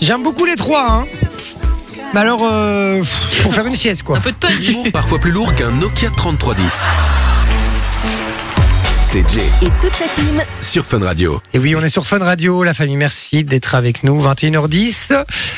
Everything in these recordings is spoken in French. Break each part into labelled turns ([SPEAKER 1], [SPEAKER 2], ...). [SPEAKER 1] J'aime beaucoup les trois, hein. Mais alors, euh, pff, faut faire une sieste, quoi.
[SPEAKER 2] Un peu de punch.
[SPEAKER 3] Humour parfois plus lourd qu'un Nokia 3310. C'est Jay
[SPEAKER 4] et toute sa team.
[SPEAKER 3] sur Fun Radio.
[SPEAKER 1] Et oui, on est sur Fun Radio, la famille, merci d'être avec nous, 21h10.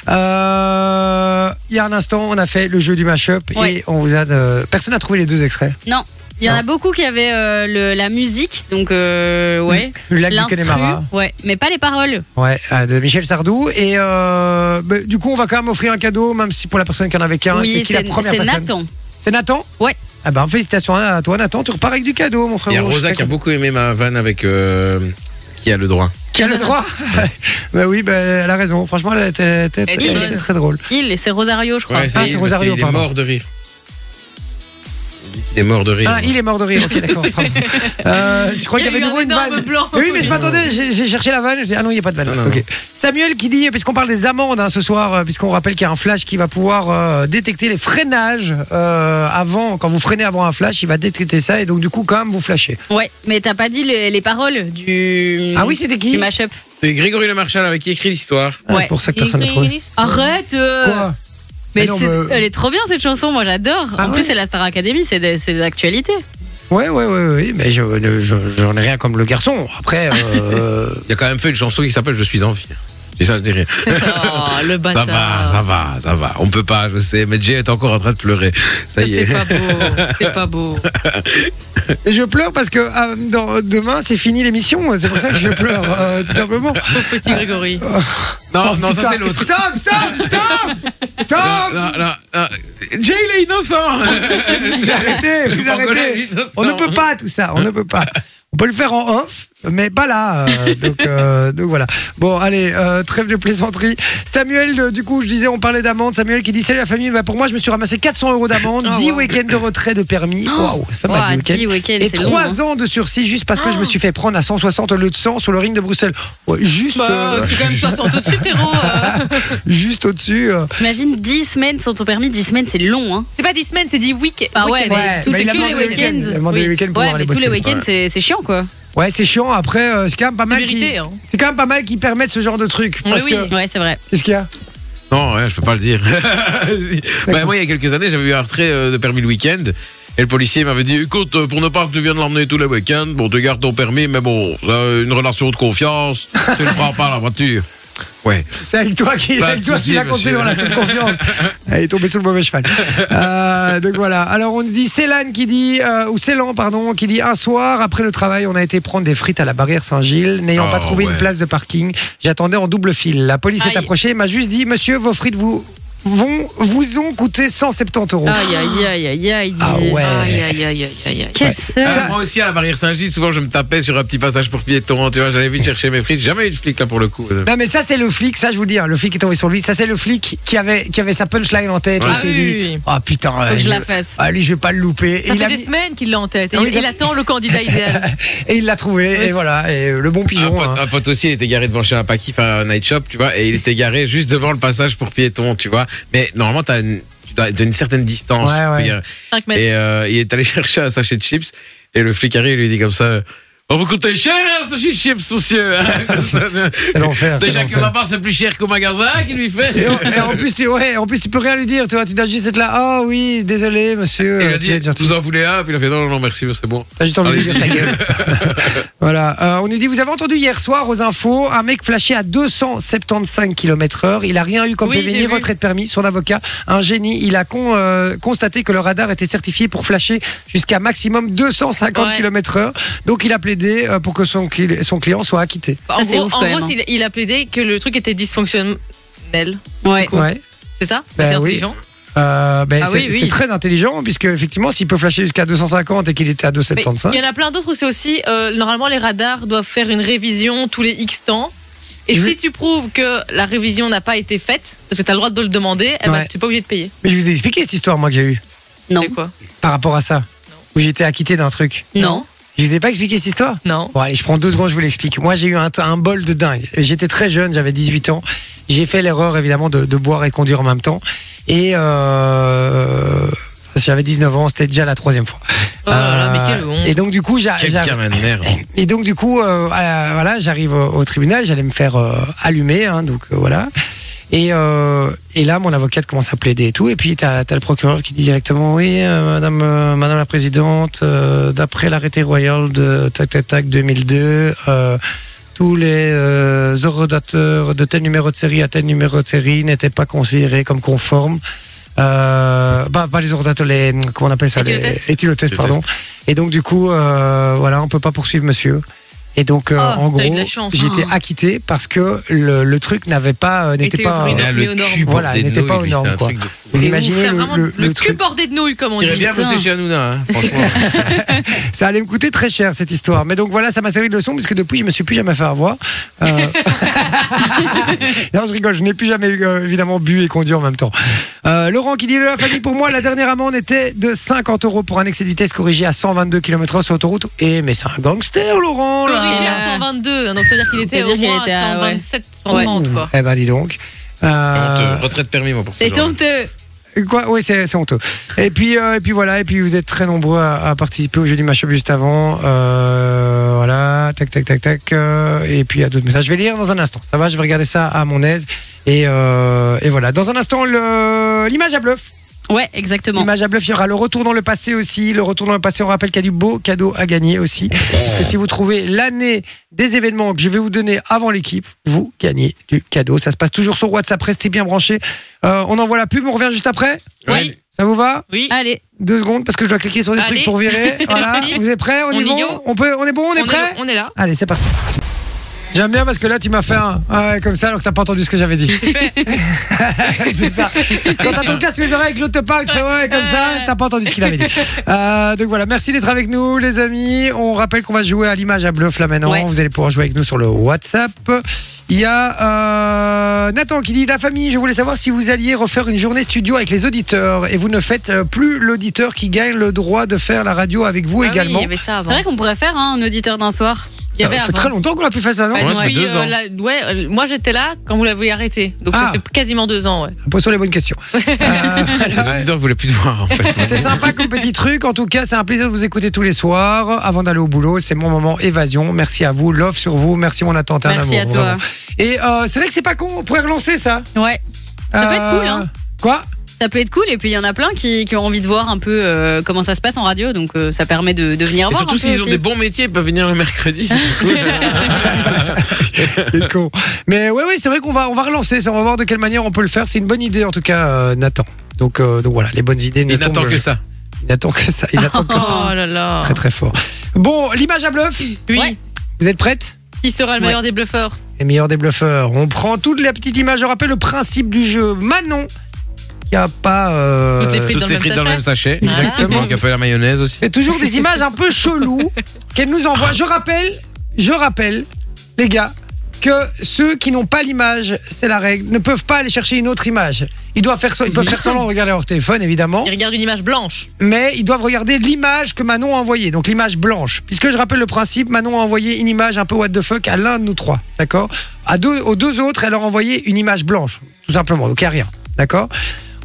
[SPEAKER 1] Euh, il y a un instant, on a fait le jeu du mashup
[SPEAKER 2] Ouais.
[SPEAKER 1] et on vous a... euh, personne n'a trouvé les deux extraits.
[SPEAKER 2] Non. Il y en a beaucoup qui avaient euh, le- la musique, donc euh, ouais.
[SPEAKER 1] Le lac du
[SPEAKER 2] L'instru,
[SPEAKER 1] Connemara.
[SPEAKER 2] Ouais, mais pas les paroles.
[SPEAKER 1] Ouais, euh, de Michel Sardou. Et euh, bah, du coup, on va quand même offrir un cadeau, même si pour la personne qui en avait qu'un, c'est
[SPEAKER 2] oui,
[SPEAKER 1] qui la première
[SPEAKER 2] c'est
[SPEAKER 1] personne
[SPEAKER 2] Nathan.
[SPEAKER 1] C'est Nathan
[SPEAKER 2] Ouais.
[SPEAKER 1] Ah ben, félicitations à toi, Nathan. Tu repars avec du cadeau, mon frère.
[SPEAKER 5] Il y a Rosa qui a beaucoup aimé ma vanne avec euh, qui a le droit.
[SPEAKER 1] Qui a le droit Bah oui, bah, elle a raison. Franchement, elle était, elle était-
[SPEAKER 2] Elle est
[SPEAKER 1] elle était
[SPEAKER 2] bonne.
[SPEAKER 1] très drôle.
[SPEAKER 2] Il, c'est Rosario, je crois.
[SPEAKER 5] Ouais,
[SPEAKER 1] ah,
[SPEAKER 5] c'est
[SPEAKER 1] c'est
[SPEAKER 5] il, parce
[SPEAKER 1] Rosario,
[SPEAKER 5] qu'il est
[SPEAKER 1] pardon.
[SPEAKER 5] mort de rire. Il dit qu'il est mort de rire.
[SPEAKER 1] Ah, il est mort de rire. Ok, d'accord. pardon. Euh, je crois
[SPEAKER 2] Il y
[SPEAKER 1] qu'il y avait
[SPEAKER 2] a eu
[SPEAKER 1] nouveau
[SPEAKER 2] un
[SPEAKER 1] une
[SPEAKER 2] énorme
[SPEAKER 1] vanne.
[SPEAKER 2] blanc.
[SPEAKER 1] Oui, mais je m'attendais. J'ai j'ai cherché la vanne. J'ai dit, ah non, il n'y a pas de vanne.
[SPEAKER 5] Non, non,
[SPEAKER 1] Ok.
[SPEAKER 5] non.
[SPEAKER 1] Samuel qui dit, puisqu'on parle des amendes hein, ce soir, euh, puisqu'on rappelle qu'il y a un flash qui va pouvoir euh, détecter les freinages euh, avant. Quand vous freinez avant un flash, il va détecter ça et donc du coup, quand même, vous flashez.
[SPEAKER 2] Ah, Ouais, mais t'as pas dit les, les paroles du.
[SPEAKER 1] Ah oui, c'était qui
[SPEAKER 2] du mashup.
[SPEAKER 5] C'était Grégory Le Marchal avec qui écrit l'histoire.
[SPEAKER 1] Ah,
[SPEAKER 2] Ouais.
[SPEAKER 1] C'est pour ça que personne l'a trouvé.
[SPEAKER 2] Arrête. euh,
[SPEAKER 1] Quoi
[SPEAKER 2] mais
[SPEAKER 1] Mais non,
[SPEAKER 2] c'est-
[SPEAKER 1] mais-
[SPEAKER 2] elle est trop bien cette chanson, moi j'adore.
[SPEAKER 1] Ah
[SPEAKER 2] en
[SPEAKER 1] ouais
[SPEAKER 2] plus, c'est la Star Academy, c'est de, c'est de l'actualité.
[SPEAKER 1] Ouais, ouais, ouais, ouais. Mais je- le- je- j'en ai rien comme le garçon. Après, euh,
[SPEAKER 5] Il a quand même fait une chanson qui s'appelle Je suis en vie. Et ça, je dirais.
[SPEAKER 2] oh, le
[SPEAKER 5] Ça
[SPEAKER 2] bâtard.
[SPEAKER 5] va, ça va, ça va. On peut pas, je sais. Mais Jay est encore en train de pleurer.
[SPEAKER 2] Ça,
[SPEAKER 5] Ça y
[SPEAKER 2] C'est
[SPEAKER 5] est.
[SPEAKER 2] pas beau. C'est pas beau.
[SPEAKER 1] Et je pleure parce que euh, dans- demain c'est fini l'émission, c'est pour ça que je pleure euh, tout simplement.
[SPEAKER 2] Pauvre petit Grégory.
[SPEAKER 5] Non,
[SPEAKER 1] Oh,
[SPEAKER 5] non, ça
[SPEAKER 1] putain.
[SPEAKER 5] c'est l'autre.
[SPEAKER 1] Stop, stop, stop,
[SPEAKER 5] Non,
[SPEAKER 1] stop.
[SPEAKER 5] non, non, non. Jay, il est innocent.
[SPEAKER 1] Vous arrêtez, vous
[SPEAKER 5] Pangolin,
[SPEAKER 1] arrêtez.
[SPEAKER 5] il est
[SPEAKER 1] On ne
[SPEAKER 5] innocent.
[SPEAKER 1] peut pas tout ça, on ne peut pas. On peut le faire en off, mais pas là. euh, donc, euh, donc voilà. Bon, allez, euh, trêve de plaisanterie. Samuel, euh, du coup, je disais, on parlait d'amende. Samuel qui dit Salut la famille, bah, pour moi, je me suis ramassé 400 euros d'amende,
[SPEAKER 5] Ah,
[SPEAKER 2] Oh,
[SPEAKER 1] 10
[SPEAKER 2] wow.
[SPEAKER 1] week-ends de retrait de permis.
[SPEAKER 2] Oh,
[SPEAKER 1] Waouh, c'est pas mal,
[SPEAKER 2] Ouah,
[SPEAKER 1] 10 week-ends.
[SPEAKER 2] dix week-ends,
[SPEAKER 1] Et
[SPEAKER 2] c'est long, hein.
[SPEAKER 1] 3 ans de sursis juste parce que
[SPEAKER 6] Ah.
[SPEAKER 1] je me suis fait prendre à 160 au lieu de 100 sur le ring de Bruxelles. Ouais, juste,
[SPEAKER 2] Bah,
[SPEAKER 1] euh,
[SPEAKER 2] c'est quand même 60 au-dessus, frérot. euh.
[SPEAKER 1] juste au-dessus. euh.
[SPEAKER 2] T'imagines 10 semaines sans ton permis, 10 semaines c'est long. Hein.
[SPEAKER 6] C'est pas 10 semaines, c'est 10 week-ends.
[SPEAKER 2] Ah ouais, mais
[SPEAKER 1] Ouais,
[SPEAKER 2] tous
[SPEAKER 1] mais
[SPEAKER 2] c'est
[SPEAKER 1] il a
[SPEAKER 2] que
[SPEAKER 1] demandé
[SPEAKER 2] les
[SPEAKER 1] le week-end, il a
[SPEAKER 2] week-ends.
[SPEAKER 1] demandé le week-end pour
[SPEAKER 2] Ouais,
[SPEAKER 1] aller
[SPEAKER 2] mais tous
[SPEAKER 1] bosser.
[SPEAKER 2] les week-ends c'est c'est chiant quoi.
[SPEAKER 1] Ouais, c'est chiant. Après, euh, c'est quand même pas
[SPEAKER 6] C'est
[SPEAKER 1] mal.
[SPEAKER 6] mérité,
[SPEAKER 1] qu'ils-
[SPEAKER 6] hein.
[SPEAKER 1] C'est quand même pas mal qu'ils permettent ce genre de truc.
[SPEAKER 6] Mais
[SPEAKER 1] Parce
[SPEAKER 6] oui.
[SPEAKER 1] que-
[SPEAKER 2] Ouais, c'est vrai.
[SPEAKER 1] Qu'est-ce qu'il y a
[SPEAKER 5] Non, ouais, je peux pas le dire. Si. bah, moi, il y a quelques années, j'avais eu un retrait euh, de permis le week-end. Et le policier m'avait dit, écoute, euh, pour ne pas que tu viennes l'emmener tous les week-ends, bon, tu gardes ton permis, mais bon, ça, une relation de confiance, tu ne prends pas la voiture. Ouais.
[SPEAKER 1] C'est avec toi qui
[SPEAKER 5] Pas
[SPEAKER 1] c'est avec
[SPEAKER 5] de
[SPEAKER 1] toi
[SPEAKER 5] souci,
[SPEAKER 1] qu'il a compté
[SPEAKER 5] monsieur.
[SPEAKER 1] dans la cette confiance. Elle est tombée sur le mauvais cheval. Euh, donc voilà. Alors on dit Célane qui dit euh, ou Célan pardon qui dit un soir après le travail on a été prendre des frites à la barrière Saint-Gilles n'ayant
[SPEAKER 5] Oh,
[SPEAKER 1] pas trouvé
[SPEAKER 5] ouais.
[SPEAKER 1] une place de parking. J'attendais en double fil. La police est
[SPEAKER 2] Aïe.
[SPEAKER 1] approchée et m'a juste dit Monsieur vos frites vous vont vous ont coûté 170 euros.
[SPEAKER 2] Aïe aïe aïe aïe aïe.
[SPEAKER 1] Ah ouais.
[SPEAKER 6] Aïe, aïe, aïe, aïe, aïe, aïe.
[SPEAKER 2] Quel
[SPEAKER 5] Euh,
[SPEAKER 2] seul.
[SPEAKER 5] moi aussi, à la barrière Saint-Gilles, souvent, je me tapais sur un petit passage pour piétons, tu vois, j'allais vite chercher mes frites. J'ai Jamais eu de flic, là, pour le coup. euh.
[SPEAKER 1] Non mais ça c'est le flic, ça je vous dis, hein, le flic qui est tombé sur lui, ça c'est le flic qui avait, qui avait sa punchline en tête et
[SPEAKER 5] Ah
[SPEAKER 1] s'est
[SPEAKER 6] oui,
[SPEAKER 1] dit
[SPEAKER 6] oui, oui.
[SPEAKER 1] Ah putain, euh,
[SPEAKER 2] Faut que je
[SPEAKER 1] je-
[SPEAKER 2] la fasse.
[SPEAKER 1] ah, lui je vais pas le louper. Et
[SPEAKER 6] Ça
[SPEAKER 1] il
[SPEAKER 6] fait
[SPEAKER 1] a
[SPEAKER 6] des
[SPEAKER 1] mis-
[SPEAKER 6] semaines qu'il l'a en tête. Et
[SPEAKER 1] Ah oui,
[SPEAKER 6] il,
[SPEAKER 1] ça-
[SPEAKER 6] il attend le candidat idéal.
[SPEAKER 1] Et il l'a trouvé, et voilà, et le bon
[SPEAKER 5] Un
[SPEAKER 1] pigeon.
[SPEAKER 5] pote,
[SPEAKER 1] hein.
[SPEAKER 5] un pote aussi il était garé devant chez un paquis, enfin un night shop, tu vois, et il était garé juste devant le passage pour piétons, tu vois. Mais normalement, t'as une, tu dois être à une certaine distance.
[SPEAKER 1] Ouais, ouais.
[SPEAKER 5] Puis, euh,
[SPEAKER 2] 5 mètres.
[SPEAKER 5] Et euh, il est allé chercher un sachet de chips, et le flic arrive et lui dit comme ça. On vous coûte cher un sachet de chips, monsieur. Comme ça,
[SPEAKER 1] C'est l'enfer. c'est
[SPEAKER 5] Déjà que
[SPEAKER 1] l'enfer.
[SPEAKER 5] là-bas c'est plus cher qu'au magasin hein, qu'il lui fait.
[SPEAKER 1] Et en, et en plus, tu, ouais, en plus, tu peux rien lui dire, tu vois, tu dois juste être là. Ah oui, désolé, monsieur.
[SPEAKER 5] Et il
[SPEAKER 1] euh,
[SPEAKER 5] a
[SPEAKER 1] tu es
[SPEAKER 5] dit,
[SPEAKER 1] gentil.
[SPEAKER 5] vous en Ah, voulez un Puis il a fait, non, non, non, merci, mais c'est bon.
[SPEAKER 1] T'as juste envie de lui dire ta
[SPEAKER 5] Allez.
[SPEAKER 1] gueule. voilà. Euh, on est dit, vous avez entendu hier soir aux infos, un mec flashé à 275 km/h. Il a rien eu comme
[SPEAKER 6] Oui,
[SPEAKER 1] prévenu,
[SPEAKER 6] j'ai vu.
[SPEAKER 1] retrait de permis. Son avocat, un génie, il a con- euh, constaté que le radar était certifié pour flasher jusqu'à maximum 250
[SPEAKER 2] Ouais.
[SPEAKER 1] km/h. Donc il a plaidé euh, pour que son, cli- son client soit acquitté.
[SPEAKER 6] en
[SPEAKER 2] c'est
[SPEAKER 6] gros,
[SPEAKER 2] ouf,
[SPEAKER 6] en
[SPEAKER 2] quand même, hein.
[SPEAKER 6] gros, il, il a plaidé que le truc était dysfonctionnel.
[SPEAKER 2] Ouais.
[SPEAKER 1] Ouais.
[SPEAKER 6] C'est ça
[SPEAKER 1] Ben
[SPEAKER 6] C'est
[SPEAKER 1] oui.
[SPEAKER 6] intelligent.
[SPEAKER 1] Euh, ben,
[SPEAKER 6] Ah
[SPEAKER 1] c'est
[SPEAKER 6] oui, oui.
[SPEAKER 1] c'est très intelligent puisque effectivement s'il peut flasher jusqu'à 250 et qu'il était à
[SPEAKER 6] Mais
[SPEAKER 1] 275
[SPEAKER 6] il y en a plein d'autres où c'est aussi. euh, normalement, les radars doivent faire une révision tous les X temps. Et
[SPEAKER 1] Je-
[SPEAKER 6] si tu prouves que la révision n'a pas été faite, parce que tu as le droit de le demander, eh ben,
[SPEAKER 1] Ouais.
[SPEAKER 6] tu n'es pas obligé de payer.
[SPEAKER 1] mais je vous ai expliqué cette histoire moi que j'ai eue
[SPEAKER 2] Non.
[SPEAKER 6] C'est quoi
[SPEAKER 1] par rapport à ça où j'étais acquitté d'un truc
[SPEAKER 2] Non.
[SPEAKER 1] je vous ai pas expliqué cette histoire
[SPEAKER 6] Non.
[SPEAKER 1] Bon allez, je prends deux secondes, je vous l'explique. Moi j'ai eu un, un bol de dingue. J'étais très jeune, j'avais 18 ans. J'ai fait l'erreur évidemment de, de boire et conduire en même temps. Et euh, j'avais 19 ans, c'était déjà la troisième fois.
[SPEAKER 6] Oh là là, mais quelle
[SPEAKER 1] Euh,
[SPEAKER 6] honte.
[SPEAKER 1] Et donc du coup, j'a-
[SPEAKER 5] Quel
[SPEAKER 1] j'a-
[SPEAKER 5] gamin de merde.
[SPEAKER 1] Et donc du coup, euh, à la- voilà, j'arrive au, au tribunal, j'allais me faire euh, allumer, hein, donc euh, voilà. Et, euh, et là, mon avocate commence à plaider et tout. Et puis, t'as as le procureur qui dit directement Oui, euh, madame, euh, madame la présidente, euh, d'après l'arrêté royal de tac tac tac 2002, euh, tous les euh, horodateurs de tel numéro de série à tel numéro de série n'étaient pas considérés comme conformes. Euh, bah, pas les horodateurs, les. Comment on appelle ça
[SPEAKER 6] Éthylotestes.
[SPEAKER 1] Les éthylotestes, pardon. Et donc, du coup, euh, voilà, on peut pas poursuivre monsieur. Et donc, euh,
[SPEAKER 6] Oh,
[SPEAKER 1] en
[SPEAKER 6] t'as eu de
[SPEAKER 1] gros,
[SPEAKER 6] la chance,
[SPEAKER 1] j'ai été
[SPEAKER 6] hein.
[SPEAKER 1] acquitté parce que le, le truc n'avait pas, euh, n'était
[SPEAKER 6] Était
[SPEAKER 1] pas.
[SPEAKER 6] au bruit
[SPEAKER 5] Il
[SPEAKER 6] de-
[SPEAKER 5] a le
[SPEAKER 6] Léonore.
[SPEAKER 5] cul
[SPEAKER 1] Voilà,
[SPEAKER 5] bordé de
[SPEAKER 1] n'était
[SPEAKER 5] nouilles,
[SPEAKER 1] pas
[SPEAKER 5] lui,
[SPEAKER 1] énorme,
[SPEAKER 5] c'est un
[SPEAKER 1] quoi.
[SPEAKER 5] truc de fou.
[SPEAKER 1] Vous
[SPEAKER 6] C'est
[SPEAKER 1] imaginez
[SPEAKER 6] ouf, là,
[SPEAKER 1] le,
[SPEAKER 6] vraiment,
[SPEAKER 1] le- le
[SPEAKER 6] cul
[SPEAKER 1] truc
[SPEAKER 6] bordé de nouilles, comme on
[SPEAKER 5] Il irait
[SPEAKER 6] dit.
[SPEAKER 5] bien bosser chez Hanouna, hein, franchement.
[SPEAKER 1] Ça allait me coûter très cher cette histoire. Mais donc voilà, ça m'a servi de leçon parce que depuis, je me suis plus jamais fait avoir. Euh... non, je rigole, je n'ai plus jamais euh, évidemment bu et conduit en même temps. Euh, Laurent qui dit la famille pour moi, la dernière amende était de 50 euros pour un excès de vitesse corrigé à 122 km/h sur autoroute. Eh, mais c'est un gangster, Laurent là.
[SPEAKER 6] Corrigé à 122, hein, donc ça veut dire qu'il était
[SPEAKER 2] C'est-à-dire
[SPEAKER 6] au moins
[SPEAKER 2] qu'il était
[SPEAKER 6] à
[SPEAKER 2] à- ouais.
[SPEAKER 6] 127, 130, quoi.
[SPEAKER 1] Eh ben dis donc. Euh,
[SPEAKER 5] Retraite- Retraite permis, moi, pour ça.
[SPEAKER 2] C'est
[SPEAKER 6] euh,
[SPEAKER 2] honteux.
[SPEAKER 1] Quoi Oui, c'est c'est honteux. Et puis, euh, et puis voilà, et puis vous êtes très nombreux à, à participer au jeu du match-up juste avant. Euh, voilà, tac, tac, tac, tac. euh, et puis il y a d'autres messages. Je vais lire dans un instant. Ça va, je vais regarder ça à mon aise. Et, euh, et voilà, dans un instant, le- l'image à bluff.
[SPEAKER 2] Ouais, exactement.
[SPEAKER 1] L'image à bluff, il y aura le retour dans le passé aussi. Le retour dans le passé, on rappelle qu'il y a du beau cadeau à gagner aussi. Parce que si vous trouvez l'année des événements que je vais vous donner avant l'équipe, vous gagnez du cadeau. Ça se passe toujours sur WhatsApp, restez bien branchés. Euh, on envoie la pub, on revient juste après.
[SPEAKER 2] Oui.
[SPEAKER 1] Ça vous va
[SPEAKER 6] Oui.
[SPEAKER 2] Allez,
[SPEAKER 1] Deux secondes parce que je dois cliquer sur des
[SPEAKER 6] Allez.
[SPEAKER 1] trucs pour virer. Voilà.
[SPEAKER 6] Merci.
[SPEAKER 1] Vous êtes prêts On,
[SPEAKER 6] On
[SPEAKER 1] y
[SPEAKER 6] y
[SPEAKER 1] va
[SPEAKER 6] go.
[SPEAKER 1] on, peut, on est bon On est prêt
[SPEAKER 6] On est là.
[SPEAKER 1] Allez, c'est parti. J'aime bien parce que là tu m'as fait un ah ouais, comme ça alors que t'as pas entendu ce que j'avais dit. c'est ça. Quand t'as ton casque sous les oreilles, que l'autre te parle, tu fais ouais comme ça, t'as pas entendu ce qu'il avait dit. Euh, donc voilà, merci d'être avec nous les amis. On rappelle qu'on va jouer à l'image à bluff là maintenant.
[SPEAKER 2] Ouais.
[SPEAKER 1] Vous allez pouvoir jouer avec nous sur le WhatsApp. Il y a euh, Nathan qui dit la famille. Je voulais savoir si vous alliez refaire une journée studio avec les auditeurs et vous ne faites euh, plus l'auditeur qui gagne le droit de faire la radio avec vous
[SPEAKER 6] Ah oui,
[SPEAKER 1] également. Ah,
[SPEAKER 6] il y avait ça
[SPEAKER 2] c'est
[SPEAKER 6] avant.
[SPEAKER 2] vrai qu'on pourrait faire hein, un auditeur d'un soir.
[SPEAKER 6] Il y avait
[SPEAKER 1] ça fait
[SPEAKER 6] avant.
[SPEAKER 1] très longtemps hein. qu'on a plus fait ça, non
[SPEAKER 6] Ouais,
[SPEAKER 5] Ouais, ça fait
[SPEAKER 6] depuis,
[SPEAKER 5] deux
[SPEAKER 6] euh,
[SPEAKER 5] ans.
[SPEAKER 6] la- ouais, euh, moi j'étais là quand vous l'avez arrêté. Donc
[SPEAKER 1] Ah.
[SPEAKER 6] ça fait quasiment deux ans. Ouais.
[SPEAKER 1] Posons les bonnes questions. Euh,
[SPEAKER 5] Les
[SPEAKER 1] voilà.
[SPEAKER 5] auditeurs voulaient plus te voir, en fait.
[SPEAKER 1] C'était sympa comme petit truc. En tout cas, c'est un plaisir de vous écouter tous les soirs. Avant d'aller au boulot, c'est mon moment évasion. Merci à vous, love sur vous. Merci mon attentat.
[SPEAKER 2] Merci à toi.
[SPEAKER 1] Et euh, c'est vrai que c'est pas con. On pourrait relancer ça. Euh,
[SPEAKER 2] Ouais, Ça peut être cool, hein.
[SPEAKER 1] Quoi
[SPEAKER 2] ça peut être cool. Et puis il y en a plein qui, qui ont envie de voir un peu euh, comment ça se passe en radio. Donc euh, ça permet de, de venir
[SPEAKER 5] Et
[SPEAKER 2] voir.
[SPEAKER 5] surtout,
[SPEAKER 2] un peu
[SPEAKER 5] s'ils ont
[SPEAKER 2] aussi.
[SPEAKER 5] des bons métiers, ils peuvent venir le mercredi.
[SPEAKER 2] Ah.
[SPEAKER 5] c'est cool.
[SPEAKER 1] T'es con. Mais ouais, ouais, c'est vrai qu'on va, on va relancer ça. On va voir de quelle manière on peut le faire. C'est une bonne idée en tout cas, euh, Nathan. Donc, euh, donc voilà, les bonnes idées. ne
[SPEAKER 5] Ils n'attendent
[SPEAKER 1] tombent-
[SPEAKER 5] que ça.
[SPEAKER 1] Ils n'attendent que ça. Ils n'attendent que ça.
[SPEAKER 6] Oh là là.
[SPEAKER 1] Très très fort. Bon, l'image à bluff.
[SPEAKER 6] Lui,
[SPEAKER 2] Ouais.
[SPEAKER 1] Vous êtes prête
[SPEAKER 6] qui sera le
[SPEAKER 2] Ouais.
[SPEAKER 6] meilleur des bluffeurs
[SPEAKER 1] Les meilleurs des bluffeurs. On prend toute la petite image. Je rappelle le principe du jeu. Manon, qui a pas. euh,
[SPEAKER 6] Toutes les frites.
[SPEAKER 5] Toutes
[SPEAKER 6] dans
[SPEAKER 5] ces
[SPEAKER 6] le même
[SPEAKER 5] frites dans le
[SPEAKER 6] sachet.
[SPEAKER 5] même sachet.
[SPEAKER 1] Exactement.
[SPEAKER 5] Donc, un peu la mayonnaise aussi.
[SPEAKER 1] fait toujours des images un peu cheloues qu'elle nous envoie. Je rappelle, je rappelle, les gars, que ceux qui n'ont pas l'image, c'est la règle, ne peuvent pas aller chercher une autre image. Ils doivent faire, so- ils peuvent faire semblant de regarder leur téléphone, évidemment,
[SPEAKER 6] Il regarde une image blanche.
[SPEAKER 1] mais ils doivent regarder l'image que Manon a envoyée, donc l'image blanche. Puisque je rappelle le principe, Manon a envoyé une image un peu what the fuck à l'un de nous trois, d'accord À deux, aux deux autres, elle leur a envoyé une image blanche, tout simplement, donc il n'y a rien, d'accord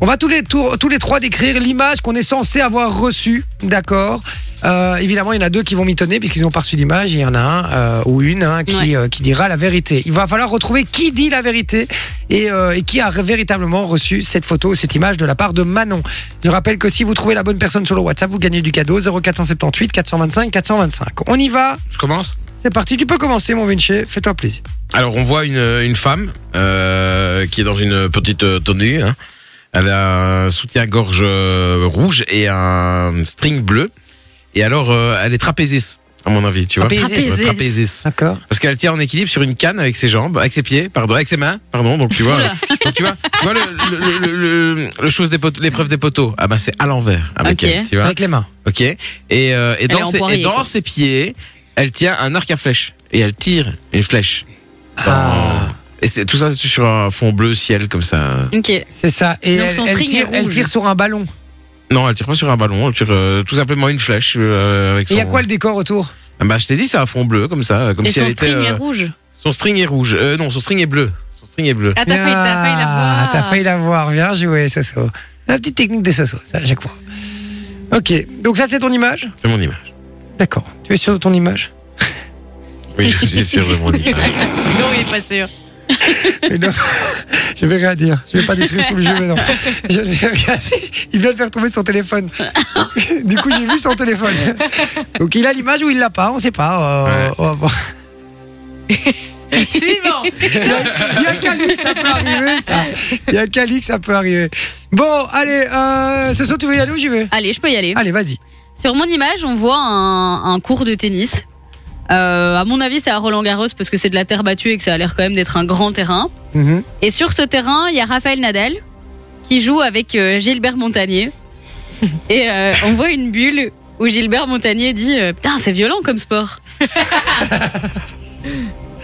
[SPEAKER 1] on va tous les, tours- tous les trois décrire l'image qu'on est censé avoir reçue, d'accord Euh, Évidemment, il y en a deux qui vont mitonner puisqu'ils n'ont pas reçu l'image. et Il y en a un euh, ou une hein, qui,
[SPEAKER 2] Ouais.
[SPEAKER 1] euh, qui dira la vérité. Il va falloir retrouver qui dit la vérité et, euh, et qui a véritablement reçu cette photo, cette image de la part de Manon. Je rappelle que si vous trouvez la bonne personne sur le WhatsApp, vous gagnez du cadeau 0478 425 425. On y va,
[SPEAKER 5] Je commence
[SPEAKER 1] c'est parti. Tu peux commencer, mon Vinci. Fais-toi plaisir.
[SPEAKER 5] Alors on voit une, une femme euh, qui est dans une petite euh, tenue. hein. Elle a un soutien-gorge euh, rouge et un string bleu. Et alors euh, elle est trapéziste à mon avis, tu vois.
[SPEAKER 1] Trapéziste.
[SPEAKER 5] Euh, trapéziste.
[SPEAKER 1] D'accord.
[SPEAKER 5] Parce qu'elle tient en équilibre sur une canne avec ses jambes, avec ses pieds, pardon, avec ses mains, pardon. Donc tu vois, donc, tu vois, tu vois le, le, le- le- le- le chose des poteaux, l'épreuve des poteaux. Ah bah c'est à l'envers avec
[SPEAKER 2] Ok.
[SPEAKER 5] elle, tu vois.
[SPEAKER 1] Avec les mains.
[SPEAKER 5] Ok. Et, euh, et
[SPEAKER 2] est
[SPEAKER 5] dans,
[SPEAKER 2] en
[SPEAKER 5] ses,
[SPEAKER 2] poirier,
[SPEAKER 5] et dans
[SPEAKER 2] quoi.
[SPEAKER 5] ses pieds, elle tient un arc à flèche et elle tire une flèche.
[SPEAKER 1] Ah.
[SPEAKER 5] Et c'est tout ça c'est sur un fond bleu ciel comme ça.
[SPEAKER 2] Ok.
[SPEAKER 1] C'est ça. Et
[SPEAKER 2] Donc
[SPEAKER 1] elle,
[SPEAKER 2] son
[SPEAKER 1] elle
[SPEAKER 2] string est
[SPEAKER 1] tire, elle
[SPEAKER 2] rouge.
[SPEAKER 1] tire sur un ballon.
[SPEAKER 5] Non, elle tire pas sur un ballon, elle tire euh, tout simplement une flèche euh, avec
[SPEAKER 1] Et il y a
[SPEAKER 5] son-
[SPEAKER 1] quoi le décor autour
[SPEAKER 5] Ah Bah je t'ai dit c'est un fond bleu comme ça, comme
[SPEAKER 2] Et
[SPEAKER 5] si
[SPEAKER 2] son
[SPEAKER 5] elle était.
[SPEAKER 2] string est
[SPEAKER 5] euh,
[SPEAKER 2] rouge.
[SPEAKER 5] Son string est rouge. Euh, non, son string est bleu. Son string est bleu.
[SPEAKER 6] Ah, t'as failli, t'as failli la
[SPEAKER 1] Ah,
[SPEAKER 6] voir.
[SPEAKER 1] t'as failli la voir. Bien joué, Soso. La petite technique de Soso, ça, à chaque fois. Ok, donc ça c'est ton image
[SPEAKER 5] C'est mon image.
[SPEAKER 1] D'accord. Tu es sûr de ton image
[SPEAKER 5] Oui, je suis sûr de mon image.
[SPEAKER 6] Non, il est pas sûr.
[SPEAKER 1] Mais non, je vais rien dire. Je vais pas détruire tout le jeu maintenant. Je vais rien dire. Il vient de faire tomber son téléphone. Du coup, j'ai vu son téléphone. Donc, il a l'image ou il l'a pas, on sait pas. euh, on va voir.
[SPEAKER 6] Suivant.
[SPEAKER 1] Il y a qu'à lui que ça peut arriver, ça. Il y a qu'à lui que ça peut arriver. Bon, allez, euh, ce soir, tu veux y aller ou j'y vais
[SPEAKER 2] Allez, je peux y aller.
[SPEAKER 1] Allez, vas-y.
[SPEAKER 2] Sur mon image, on voit un, un cours de tennis. Euh, à mon avis, c'est à Roland Garros parce que c'est de la terre battue et que ça a l'air quand même d'être un grand terrain.
[SPEAKER 1] Mhm.
[SPEAKER 2] Et sur ce terrain, il y a Raphaël Nadal qui joue avec euh, Gilbert Montagnier. Et euh, on voit une bulle où Gilbert Montagnier dit euh, Putain, c'est violent comme sport.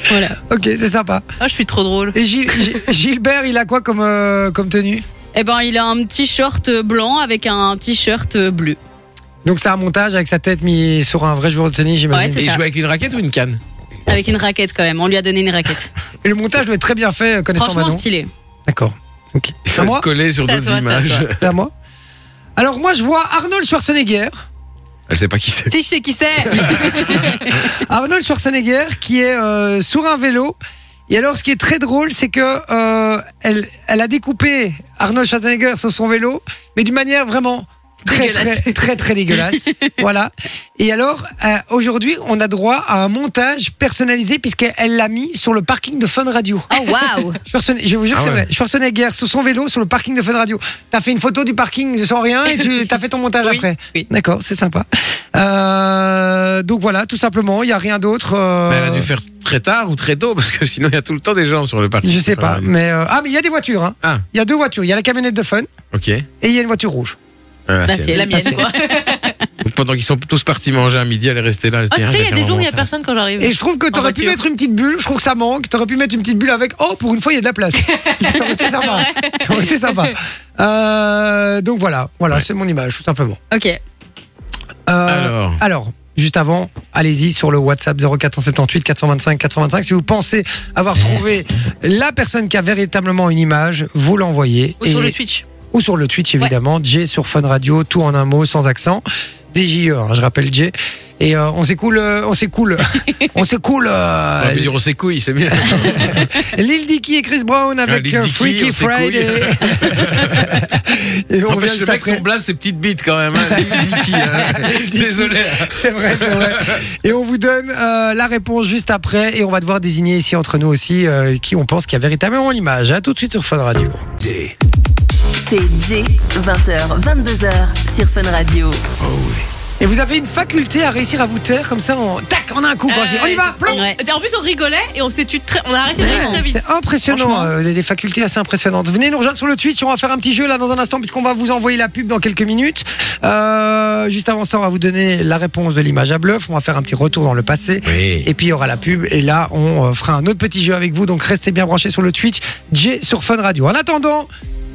[SPEAKER 2] voilà.
[SPEAKER 1] Ok, c'est sympa.
[SPEAKER 6] Ah, je suis trop drôle.
[SPEAKER 1] Et Gil- Gil- Gilbert, il a quoi comme, euh, comme tenue
[SPEAKER 2] Eh ben, il a un petit short blanc avec un t-shirt bleu.
[SPEAKER 1] Donc, c'est un montage avec sa tête mise sur un vrai joueur de tennis, j'imagine.
[SPEAKER 2] Ouais, c'est
[SPEAKER 5] Et il
[SPEAKER 2] ça.
[SPEAKER 5] joue avec une raquette ou une canne
[SPEAKER 2] Avec une raquette quand même. On lui a donné une raquette.
[SPEAKER 1] Et le montage doit être très bien fait, euh, connaissant
[SPEAKER 2] Franchement
[SPEAKER 1] Manon.
[SPEAKER 2] stylé.
[SPEAKER 1] D'accord. Ok. C'est à
[SPEAKER 5] Ça
[SPEAKER 1] moi
[SPEAKER 5] collé sur
[SPEAKER 2] C'est à
[SPEAKER 5] d'autres
[SPEAKER 2] toi, c'est à
[SPEAKER 5] images.
[SPEAKER 2] toi.
[SPEAKER 1] C'est à moi Alors, moi, je vois Arnold Schwarzenegger.
[SPEAKER 5] Elle sait pas qui
[SPEAKER 1] Euh,
[SPEAKER 5] c'est.
[SPEAKER 6] Si je sais qui c'est.
[SPEAKER 1] Arnold Schwarzenegger qui est euh, sur un vélo. Et alors, ce qui est très drôle, c'est que euh, elle, elle a découpé Arnold Schwarzenegger sur son vélo, mais d'une manière vraiment très, très,
[SPEAKER 6] Dégueulasse.
[SPEAKER 1] très, très, dégueulasse. voilà. Et alors, euh, aujourd'hui, on a droit à un montage personnalisé puisqu'elle l'a mis sur le parking de Fun Radio.
[SPEAKER 2] Oh waouh
[SPEAKER 1] Schwarzenegger, je vous jure
[SPEAKER 5] Ah
[SPEAKER 1] que c'est
[SPEAKER 5] ouais.
[SPEAKER 1] vrai. Schwarzenegger sur son vélo sur le parking de Fun Radio. T'as fait une photo du parking sans rien et tu t'as fait ton montage
[SPEAKER 6] Oui,
[SPEAKER 1] après.
[SPEAKER 6] oui.
[SPEAKER 1] D'accord, c'est sympa. Euh, donc voilà, tout simplement, il y a rien d'autre. euh,
[SPEAKER 5] Mais elle a dû faire très tard ou très tôt parce que sinon il y a tout le temps des gens sur le parc.
[SPEAKER 1] Je sais pas, mais euh, ah mais il y a des voitures. hein.
[SPEAKER 5] Ah.
[SPEAKER 1] Il y a deux voitures. Il y a la camionnette de Fun
[SPEAKER 5] Ok. Euh,
[SPEAKER 1] et il y a une voiture rouge.
[SPEAKER 5] Ah,
[SPEAKER 2] Bah,
[SPEAKER 5] c'est-
[SPEAKER 2] c'est la mienne, quoi.
[SPEAKER 5] Donc, pendant qu'ils sont tous partis manger à midi, elle est restée là. Elle se
[SPEAKER 6] Ah,
[SPEAKER 5] dit,
[SPEAKER 6] tu
[SPEAKER 5] ah,
[SPEAKER 6] sais,
[SPEAKER 5] je
[SPEAKER 6] il
[SPEAKER 5] vais
[SPEAKER 6] y a
[SPEAKER 5] faire
[SPEAKER 6] des
[SPEAKER 5] un
[SPEAKER 6] jours où il n'y a
[SPEAKER 5] montage.
[SPEAKER 6] personne quand j'arrive.
[SPEAKER 1] Et je trouve que
[SPEAKER 6] En
[SPEAKER 1] t'aurais pu
[SPEAKER 6] voiture.
[SPEAKER 1] mettre une petite bulle. Je trouve que ça manque. T'aurais pu mettre une petite bulle avec oh pour une fois il y a de la place. ça aurait été sympa. Ça aurait été sympa. Euh, donc voilà, voilà, c'est mon image tout simplement.
[SPEAKER 2] Ok.
[SPEAKER 1] Euh,
[SPEAKER 5] Alors.
[SPEAKER 1] alors, juste avant, allez-y sur le WhatsApp 0478 425 425. Si vous pensez avoir trouvé la personne qui a véritablement une image, vous l'envoyez.
[SPEAKER 6] Ou sur
[SPEAKER 1] Et-
[SPEAKER 6] le Twitch.
[SPEAKER 1] ou sur le Twitch évidemment, J sur Fun Radio, tout en un mot, sans accent, DJE, hein, je rappelle J. Et euh, on s'écoule, euh, on s'écoule, on s'écoule.
[SPEAKER 5] On aurait
[SPEAKER 1] Euh,
[SPEAKER 5] pu dire on s'écouille, c'est bien.
[SPEAKER 1] Lil Dicky et Chris Brown avec
[SPEAKER 5] Lil
[SPEAKER 1] euh,
[SPEAKER 5] Dicky,
[SPEAKER 1] Freaky
[SPEAKER 5] on s'écoule.
[SPEAKER 1] Friday. et on
[SPEAKER 5] En
[SPEAKER 1] revient
[SPEAKER 5] fait, le
[SPEAKER 1] juste
[SPEAKER 5] mec
[SPEAKER 1] après.
[SPEAKER 5] son blaze ses petites bites quand même. hein. Lil Dicky, hein. Désolé.
[SPEAKER 1] C'est vrai, c'est vrai. Et on vous donne euh, la réponse juste après et on va devoir désigner ici entre nous aussi euh, qui on pense qui a véritablement l'image. À tout de suite sur Fun Radio.
[SPEAKER 3] J.
[SPEAKER 4] C'est J, 20h, 22h sur Fun Radio.
[SPEAKER 1] Et vous avez une faculté à réussir à vous taire comme ça en tac, en un coup. Quand je dis on y va, plomb.
[SPEAKER 2] Ouais.
[SPEAKER 6] En plus, on rigolait et on s'est tué très. On a arrêté très,
[SPEAKER 1] Vraiment,
[SPEAKER 6] très vite.
[SPEAKER 1] C'est impressionnant.
[SPEAKER 2] Franchement.
[SPEAKER 1] euh, Vous avez des facultés assez impressionnantes. Venez nous rejoindre sur le Twitch. On va faire un petit jeu là dans un instant puisqu'on va vous envoyer la pub dans quelques minutes. Euh, juste avant ça, on va vous donner la réponse de l'image à bluff. On va faire un petit retour dans le passé.
[SPEAKER 5] Oui.
[SPEAKER 1] Et puis il y aura la pub et là on euh, fera un autre petit jeu avec vous donc restez bien branchés sur le Twitch J sur Fun Radio. En attendant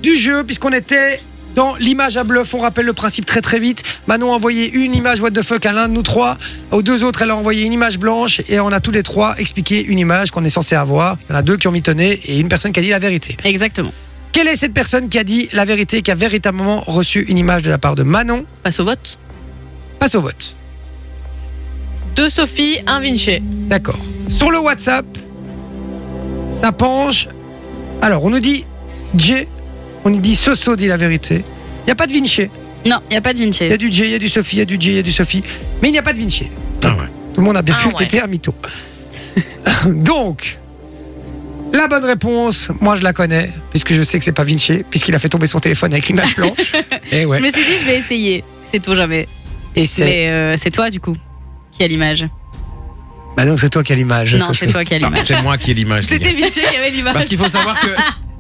[SPEAKER 1] du jeu puisqu'on était dans l'image à bluff, on rappelle le principe très très vite. Manon a envoyé une image what the fuck à l'un de nous trois, aux deux autres elle a envoyé une image blanche et on a tous les trois expliqué une image qu'on est censé avoir. Il y en a deux qui ont mitonné et une personne qui a dit la vérité.
[SPEAKER 2] Exactement.
[SPEAKER 1] Quelle est cette personne qui a dit la vérité qui a véritablement reçu une image de la part de Manon
[SPEAKER 6] Passe au vote.
[SPEAKER 1] Passe au vote.
[SPEAKER 6] Deux Sophie, un Vinci.
[SPEAKER 1] D'accord. Sur le WhatsApp, ça penche. Alors, on nous dit J, on nous dit Soso dit la vérité. Il n'y a pas de Vinci.
[SPEAKER 2] Non, il n'y a pas de Vinci.
[SPEAKER 1] Il y a du J, il y a du Sophie, il y a du J, il y a du Sophie. Mais il n'y a pas de Vinci.
[SPEAKER 5] Ah ouais.
[SPEAKER 1] Tout le monde a bien
[SPEAKER 6] Ah
[SPEAKER 1] vu que
[SPEAKER 6] ouais.
[SPEAKER 1] t'étais un mytho. Donc, la bonne réponse, moi je la connais, puisque je sais que c'est pas Vinci, puisqu'il a fait tomber son téléphone avec l'image blanche.
[SPEAKER 5] Eh ouais.
[SPEAKER 2] Je me suis dit, je vais essayer. C'est tout jamais.
[SPEAKER 1] Et c'est.
[SPEAKER 2] Mais euh, c'est toi, du coup, qui a l'image.
[SPEAKER 1] Bah donc c'est toi qui as l'image.
[SPEAKER 2] Non,
[SPEAKER 1] ça,
[SPEAKER 2] c'est toi qui as
[SPEAKER 5] Non, Bah,
[SPEAKER 2] l'image.
[SPEAKER 5] C'est moi qui ai l'image. les gars.
[SPEAKER 6] C'était Vinci, il y avait l'image.
[SPEAKER 5] Parce qu'il faut savoir que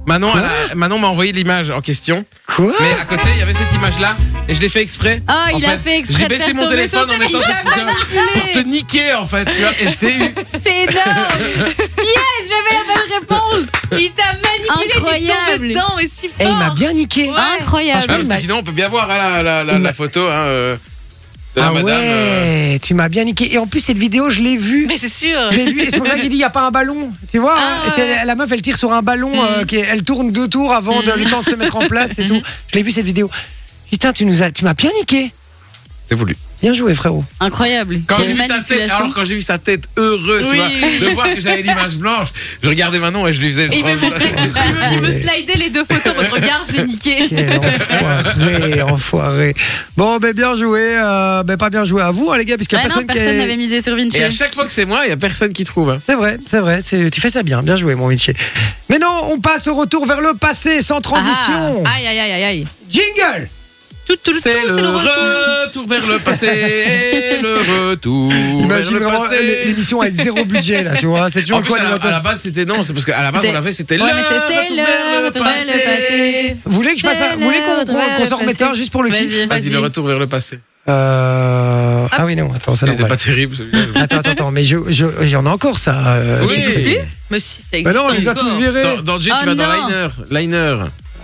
[SPEAKER 5] Manon, elle a-
[SPEAKER 1] Hein
[SPEAKER 5] Manon m'a envoyé l'image en question.
[SPEAKER 1] Quoi
[SPEAKER 5] Mais à côté, il y avait cette image-là, et je l'ai fait exprès.
[SPEAKER 2] Ah,
[SPEAKER 5] En
[SPEAKER 2] il a fait exprès
[SPEAKER 5] J'ai
[SPEAKER 2] de
[SPEAKER 5] baissé
[SPEAKER 2] faire
[SPEAKER 5] mon
[SPEAKER 2] tomber
[SPEAKER 5] téléphone
[SPEAKER 2] son
[SPEAKER 5] en mettant cette image pour te niquer, en fait, tu vois. Et je t'ai eu. Ah,
[SPEAKER 2] C'est énorme
[SPEAKER 6] Yes, j'avais la bonne réponse. Il t'a manipulé,
[SPEAKER 2] Incroyable.
[SPEAKER 6] il est tombé dedans et si
[SPEAKER 1] Eh,
[SPEAKER 6] fort.
[SPEAKER 1] il m'a bien niqué.
[SPEAKER 2] Oh,
[SPEAKER 5] Ah, parce
[SPEAKER 2] Incroyable
[SPEAKER 5] que sinon, on peut bien voir hein, la, la, la,
[SPEAKER 1] Il m'a-
[SPEAKER 5] la photo hein, euh, de la
[SPEAKER 1] ah
[SPEAKER 5] madame. euh,
[SPEAKER 1] ouais, tu m'as bien niqué. Et en plus cette vidéo, je l'ai vue.
[SPEAKER 6] Mais c'est sûr.
[SPEAKER 1] Je l'ai vu, et c'est pour ça qu'il dit il n'y a pas un ballon. Tu vois,
[SPEAKER 6] Ah,
[SPEAKER 1] hein, c'est
[SPEAKER 6] ouais.
[SPEAKER 1] la- la meuf, elle tire sur un ballon, euh, qui est- elle tourne deux tours avant de, le temps de se mettre en place et tout. Je l'ai vu cette vidéo. Putain, tu nous as, tu m'as bien niqué.
[SPEAKER 5] C'était voulu.
[SPEAKER 1] Bien joué, frérot.
[SPEAKER 2] Incroyable.
[SPEAKER 5] Quand j'ai
[SPEAKER 2] Quelle
[SPEAKER 5] vu ta tête,
[SPEAKER 2] manipulation. Bah
[SPEAKER 5] alors quand j'ai vu sa tête heureux, tu
[SPEAKER 6] Oui.
[SPEAKER 5] vois, de voir que j'avais l'image blanche, je regardais Manon et je lui faisais.
[SPEAKER 6] Et il me montrait, il me, il me slidait les deux photos, votre regard, je l'ai niqué.
[SPEAKER 1] Quel enfoiré, enfoiré. Bon, ben bien joué. euh, ben pas bien joué à vous, hein, les gars, puisqu'il y a
[SPEAKER 2] Ouais, Bah non,
[SPEAKER 1] personne,
[SPEAKER 2] personne
[SPEAKER 1] qui. a-
[SPEAKER 2] n'avait misé sur Vinci.
[SPEAKER 5] Et à chaque fois que c'est moi, il y a personne qui trouve. hein.
[SPEAKER 1] C'est vrai, c'est vrai. c'est- Tu fais ça bien. Bien joué, mon Vinci. Mais non, on passe au retour vers le passé, sans transition.
[SPEAKER 6] Ah, aïe, aïe, aïe, aïe, aïe.
[SPEAKER 1] Jingle
[SPEAKER 6] Tout, tout, tout,
[SPEAKER 5] C'est le, retour vers le passé, le retour
[SPEAKER 1] Imagine
[SPEAKER 5] vers le
[SPEAKER 1] vraiment
[SPEAKER 5] passé.
[SPEAKER 1] l'émission avec zéro budget, là, tu vois. C'est toujours
[SPEAKER 5] En plus,
[SPEAKER 1] quoi
[SPEAKER 5] à
[SPEAKER 1] les
[SPEAKER 5] la,
[SPEAKER 1] retours
[SPEAKER 5] à la base, c'était non, c'est parce qu'à la base,
[SPEAKER 2] C'était-
[SPEAKER 5] on l'a fait, c'était
[SPEAKER 2] Ouais,
[SPEAKER 5] le
[SPEAKER 2] mais c'est- c'est
[SPEAKER 5] retour vers
[SPEAKER 2] le
[SPEAKER 5] le
[SPEAKER 2] retour vers le
[SPEAKER 5] passé.
[SPEAKER 2] passé.
[SPEAKER 1] Vous voulez que je fasse un- Vous voulez qu'on qu'on- qu'on s'en remette un juste pour le kiff
[SPEAKER 2] Vas-y,
[SPEAKER 5] Vas-y,
[SPEAKER 2] vas-y.
[SPEAKER 5] le retour vers le passé.
[SPEAKER 1] Euh, Ah oui, non, attends, ça
[SPEAKER 5] C'était
[SPEAKER 1] non.
[SPEAKER 5] pas terrible celui-là.
[SPEAKER 1] Attends, attends, attends, mais je- je- j'en ai encore ça. euh,
[SPEAKER 5] Oui.
[SPEAKER 1] je-
[SPEAKER 5] Ah, plus
[SPEAKER 6] Mais si, ça
[SPEAKER 1] Bah
[SPEAKER 6] existe.
[SPEAKER 1] non, on les a
[SPEAKER 6] encore.
[SPEAKER 1] tous virés.
[SPEAKER 5] Dans, dans J,
[SPEAKER 2] Oh
[SPEAKER 5] tu vas
[SPEAKER 2] non.
[SPEAKER 5] dans Liner. Liner.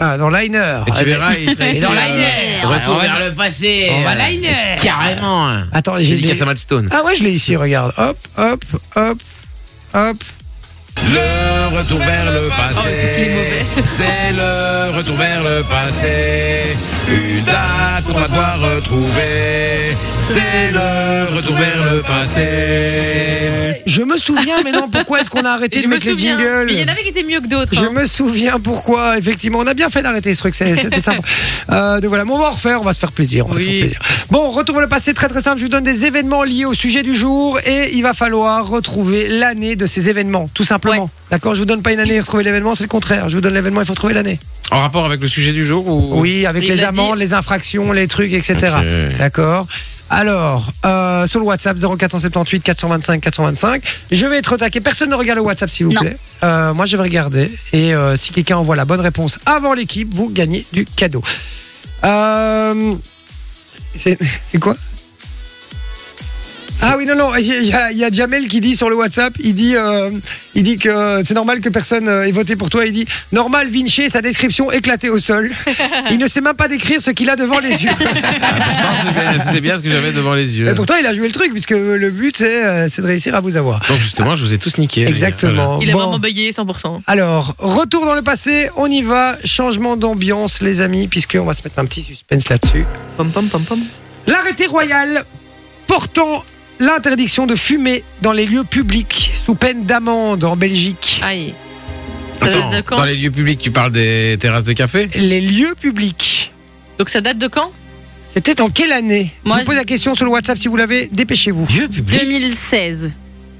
[SPEAKER 1] Ah, dans Liner.
[SPEAKER 5] Et tu verras, il serait.
[SPEAKER 1] Et dans Liner.
[SPEAKER 5] euh, Retour vers le passé.
[SPEAKER 1] On va
[SPEAKER 5] Liner. Carrément. hein.
[SPEAKER 1] Attends, j'ai
[SPEAKER 5] Dédicace à Matt Stone.
[SPEAKER 1] Ah ouais, je l'ai ici, regarde. Hop, hop, hop, hop.
[SPEAKER 5] Le retour vers le passé.
[SPEAKER 6] Oh, qu'est-ce qu'il est mauvais.
[SPEAKER 5] C'est le retour vers le passé. Une date qu'on va devoir retrouver. C'est le retour vers le passé.
[SPEAKER 1] Je me souviens maintenant pourquoi est-ce qu'on a arrêté
[SPEAKER 6] Je
[SPEAKER 1] de
[SPEAKER 6] me
[SPEAKER 1] mettre les
[SPEAKER 6] souviens.
[SPEAKER 1] jingles.
[SPEAKER 6] mais Il y en avait qui étaient mieux que d'autres.
[SPEAKER 1] Je
[SPEAKER 6] hein.
[SPEAKER 1] me souviens pourquoi, effectivement. On a bien fait d'arrêter ce truc, c'est- c'était sympa. Euh, donc voilà, mais on va en refaire, on va se faire plaisir. on va se faire
[SPEAKER 6] Oui.
[SPEAKER 1] plaisir. Bon, retour vers le passé, très très simple. Je vous donne des événements liés au sujet du jour et il va falloir retrouver l'année de ces événements, tout simplement. D'accord Je vous donne pas une année et retrouver l'événement, c'est le contraire. Je vous donne l'événement, il faut trouver l'année.
[SPEAKER 5] En rapport avec le sujet du jour ou
[SPEAKER 1] Oui, avec
[SPEAKER 6] Il
[SPEAKER 1] les
[SPEAKER 6] l'a
[SPEAKER 1] amendes,
[SPEAKER 6] dit.
[SPEAKER 1] les infractions, les trucs, etc.
[SPEAKER 5] Ok.
[SPEAKER 1] D'accord alors, euh, sur le WhatsApp 0478 425 425, je vais être attaqué. Personne ne regarde le WhatsApp, s'il vous
[SPEAKER 2] Non.
[SPEAKER 1] plaît. Euh, moi, je vais regarder. Et euh, si quelqu'un envoie la bonne réponse avant l'équipe, vous gagnez du cadeau. Euh, c'est c'est quoi Ah oui, non, non. Il y, a- il y a- il y a Jamel qui dit sur le WhatsApp il dit, euh, il dit que c'est normal que personne euh, ait voté pour toi. Il dit Normal, Vinci, sa description éclatée au sol. Il ne sait même pas décrire ce qu'il a devant les yeux.
[SPEAKER 5] Pourtant, c'était- C'était bien ce que j'avais devant les yeux.
[SPEAKER 1] Et pourtant, il a joué le truc, puisque le but, c'est euh, c'est de réussir à vous avoir.
[SPEAKER 5] Donc justement, je vous ai tous niqué. les gars.
[SPEAKER 1] Exactement.
[SPEAKER 6] Il a
[SPEAKER 1] Bon.
[SPEAKER 6] vraiment bugué 100%.
[SPEAKER 1] Alors, retour dans le passé, on y va. Changement d'ambiance, les amis, puisqu'on va se mettre un petit suspense là-dessus.
[SPEAKER 6] Pom, pom, pom, pom.
[SPEAKER 1] L'arrêté royal portant l'interdiction de fumer dans les lieux publics sous peine d'amende en Belgique.
[SPEAKER 6] Aïe. Ça
[SPEAKER 5] Attends,
[SPEAKER 6] date de
[SPEAKER 5] dans
[SPEAKER 6] quand
[SPEAKER 5] les lieux publics, tu parles des terrasses de café
[SPEAKER 1] Les lieux publics,
[SPEAKER 6] Donc ça date de quand
[SPEAKER 1] c'était en quelle année
[SPEAKER 2] Moi,
[SPEAKER 1] Je vous pose
[SPEAKER 2] je-
[SPEAKER 1] la question sur le WhatsApp si vous l'avez, dépêchez-vous.
[SPEAKER 5] Lieux publics
[SPEAKER 2] 2016.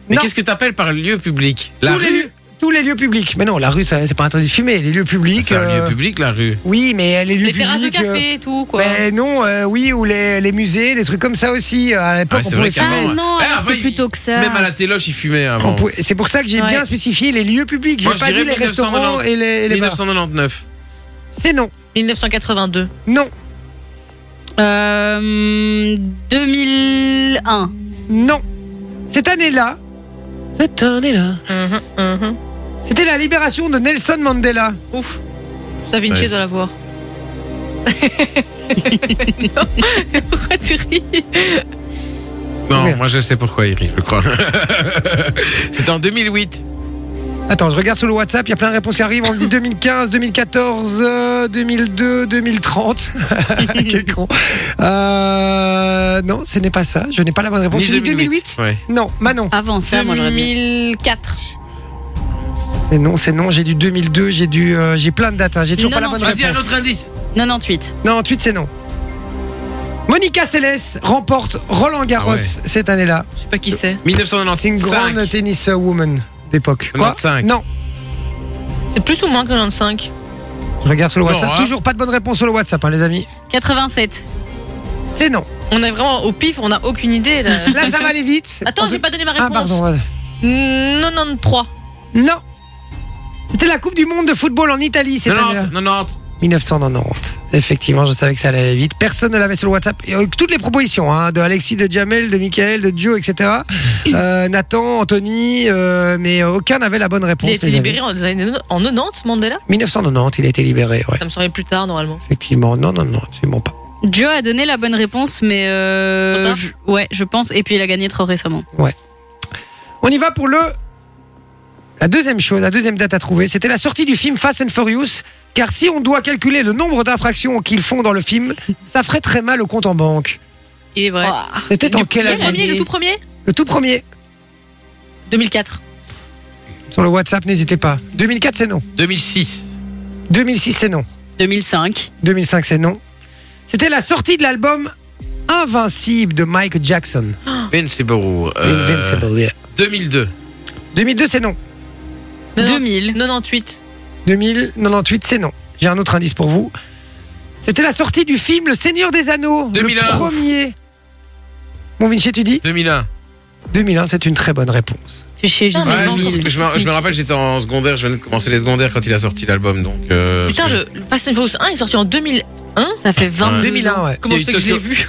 [SPEAKER 5] Mais
[SPEAKER 1] Non.
[SPEAKER 5] qu'est-ce que t'appelles par lieu public La
[SPEAKER 1] Tous les,
[SPEAKER 5] rue
[SPEAKER 1] lieux- tous les lieux publics. Mais non, la rue, ça- c'est pas interdit de fumer. Les lieux publics.
[SPEAKER 5] C'est un
[SPEAKER 1] euh,
[SPEAKER 5] lieu public, la rue.
[SPEAKER 1] Oui, mais euh, les lieux
[SPEAKER 6] Les
[SPEAKER 1] publics.
[SPEAKER 6] terrasses de
[SPEAKER 1] euh,
[SPEAKER 6] café et tout, quoi.
[SPEAKER 1] Mais non, euh, oui, ou les, les musées, les trucs comme ça aussi. Euh, À l'époque,
[SPEAKER 5] Ouais, c'est
[SPEAKER 1] on
[SPEAKER 5] vrai
[SPEAKER 1] pouvait
[SPEAKER 5] qu'à-
[SPEAKER 1] faire-
[SPEAKER 2] Ah
[SPEAKER 5] Avant, ouais.
[SPEAKER 2] non,
[SPEAKER 5] Eh,
[SPEAKER 2] alors
[SPEAKER 5] avant,
[SPEAKER 2] c'est
[SPEAKER 5] il-
[SPEAKER 2] plutôt que ça.
[SPEAKER 5] Même à la téloche, ils fumaient
[SPEAKER 1] on
[SPEAKER 5] avant.
[SPEAKER 1] pouvait- C'est pour ça que j'ai
[SPEAKER 2] Ouais.
[SPEAKER 1] bien spécifié les lieux publics. J'ai
[SPEAKER 5] Moi, je
[SPEAKER 1] pas dit
[SPEAKER 5] dirais
[SPEAKER 1] les restaurants
[SPEAKER 5] 1990.
[SPEAKER 1] et les, et les bars.
[SPEAKER 5] 1999.
[SPEAKER 1] C'est non.
[SPEAKER 6] 1982.
[SPEAKER 1] Non.
[SPEAKER 2] Euh, 2001.
[SPEAKER 1] Non. Cette année-là. Cette année-là.
[SPEAKER 6] Mhm, mhm.
[SPEAKER 1] C'était la libération de Nelson Mandela.
[SPEAKER 6] Ouf. Ça, Vinci
[SPEAKER 5] Ouais.
[SPEAKER 6] doit l'avoir. non, pourquoi tu ris
[SPEAKER 5] Non,
[SPEAKER 1] Ouais.
[SPEAKER 5] moi je sais pourquoi il rit, je crois. C'était en 2008.
[SPEAKER 1] Attends, je regarde sur le WhatsApp, il y a plein de réponses qui arrivent. On me dit 2015, 2014, euh, 2002, 2030. Quel con. Euh, non, ce n'est pas ça. Je n'ai pas la bonne réponse.
[SPEAKER 5] Ni
[SPEAKER 1] Tu dis 2008
[SPEAKER 5] Ouais.
[SPEAKER 1] Non, Manon.
[SPEAKER 2] Avant ça, moi j'aurais dit.
[SPEAKER 6] 2004.
[SPEAKER 5] Ah.
[SPEAKER 1] C'est non, c'est non. J'ai du 2002, j'ai du, euh, j'ai plein de dates. hein. J'ai toujours
[SPEAKER 6] Non,
[SPEAKER 1] pas la
[SPEAKER 6] non,
[SPEAKER 1] bonne
[SPEAKER 5] Vas-y, un
[SPEAKER 1] réponse.
[SPEAKER 5] autre indice.
[SPEAKER 2] 98.
[SPEAKER 1] Non, ensuite c'est non. Monica Seles remporte Roland Garros
[SPEAKER 5] Ah ouais.
[SPEAKER 1] cette année-là.
[SPEAKER 6] Je sais pas qui c'est.
[SPEAKER 1] C'est une
[SPEAKER 5] 1995.
[SPEAKER 1] grande tenniswoman d'époque. Quoi
[SPEAKER 5] 95.
[SPEAKER 1] Non.
[SPEAKER 6] C'est plus ou moins que 95.
[SPEAKER 1] Je regarde sur le
[SPEAKER 5] Non,
[SPEAKER 1] WhatsApp.
[SPEAKER 5] hein.
[SPEAKER 1] Toujours pas de bonne réponse sur le WhatsApp, hein, les amis.
[SPEAKER 2] 87.
[SPEAKER 1] C'est non.
[SPEAKER 6] On est vraiment au pif, on a aucune idée là.
[SPEAKER 1] Là, ça va aller vite.
[SPEAKER 6] Attends,
[SPEAKER 1] On
[SPEAKER 6] j'ai
[SPEAKER 1] peut-
[SPEAKER 6] pas donné ma
[SPEAKER 1] Ah,
[SPEAKER 6] réponse.
[SPEAKER 1] pardon. ouais.
[SPEAKER 6] 93.
[SPEAKER 1] Non. C'était la Coupe du Monde de football en Italie cette année-là.
[SPEAKER 5] 90, 90.
[SPEAKER 1] 1990. Effectivement, je savais que ça allait aller vite. Personne ne l'avait sur le WhatsApp. Et avec toutes les propositions, hein, de Alexis, de Jamel, de Michael, de Joe, etc. Euh, Nathan, Anthony, euh, mais aucun n'avait la bonne réponse.
[SPEAKER 6] Il a été
[SPEAKER 1] les amis.
[SPEAKER 6] libéré en, les années- en 90, Mandela
[SPEAKER 1] 1990, il a été libéré, ouais.
[SPEAKER 6] Ça me semblait plus tard normalement.
[SPEAKER 1] Effectivement. Non, non, non, absolument pas.
[SPEAKER 2] Joe a donné la bonne réponse, mais.
[SPEAKER 6] Trop
[SPEAKER 2] Euh,
[SPEAKER 6] tard.
[SPEAKER 2] je- ouais, je pense. Et puis il a gagné trop récemment.
[SPEAKER 1] On y va pour le. La deuxième chose, la deuxième date à trouver, c'était la sortie du film Fast and Furious. Car si on doit calculer le nombre d'infractions qu'ils font dans le film, ça ferait très mal au compte en banque.
[SPEAKER 2] Il est vrai.
[SPEAKER 1] C'était en quelle
[SPEAKER 6] Ah, Le
[SPEAKER 1] année
[SPEAKER 6] premier, le tout premier
[SPEAKER 1] Le tout premier.
[SPEAKER 6] 2004.
[SPEAKER 1] Sur le WhatsApp, n'hésitez pas. 2004, c'est non.
[SPEAKER 5] 2006.
[SPEAKER 1] 2006, c'est non.
[SPEAKER 2] 2005.
[SPEAKER 1] 2005, c'est non. C'était la sortie de l'album Invincible de Mike Jackson.
[SPEAKER 5] Invincible. euh,
[SPEAKER 1] Invincible, yeah.
[SPEAKER 5] 2002.
[SPEAKER 1] 2002, c'est non.
[SPEAKER 2] 2000.
[SPEAKER 6] 98.
[SPEAKER 1] 2098, c'est non. J'ai un autre indice pour vous. C'était la sortie du film Le Seigneur des Anneaux.
[SPEAKER 5] 2001.
[SPEAKER 1] Le premier. Mon Vinci, tu dis
[SPEAKER 5] 2001.
[SPEAKER 1] 2001, c'est une très bonne réponse.
[SPEAKER 2] Fais chier, j'ai
[SPEAKER 6] Ah,
[SPEAKER 2] dit
[SPEAKER 6] mais
[SPEAKER 5] Ouais,
[SPEAKER 2] 2000.
[SPEAKER 5] je, me, je me rappelle, j'étais en secondaire, je venais de commencer les secondaires quand il a sorti l'album. Donc, euh,
[SPEAKER 6] Putain, je... Fast and Furious 1 est sorti en 2000.
[SPEAKER 2] Ça fait 22 ans.
[SPEAKER 1] 2001, ouais.
[SPEAKER 6] Comment
[SPEAKER 5] Il y
[SPEAKER 6] je
[SPEAKER 5] a
[SPEAKER 6] sais
[SPEAKER 5] eu
[SPEAKER 6] que je l'ai
[SPEAKER 5] Tokyo-
[SPEAKER 6] vu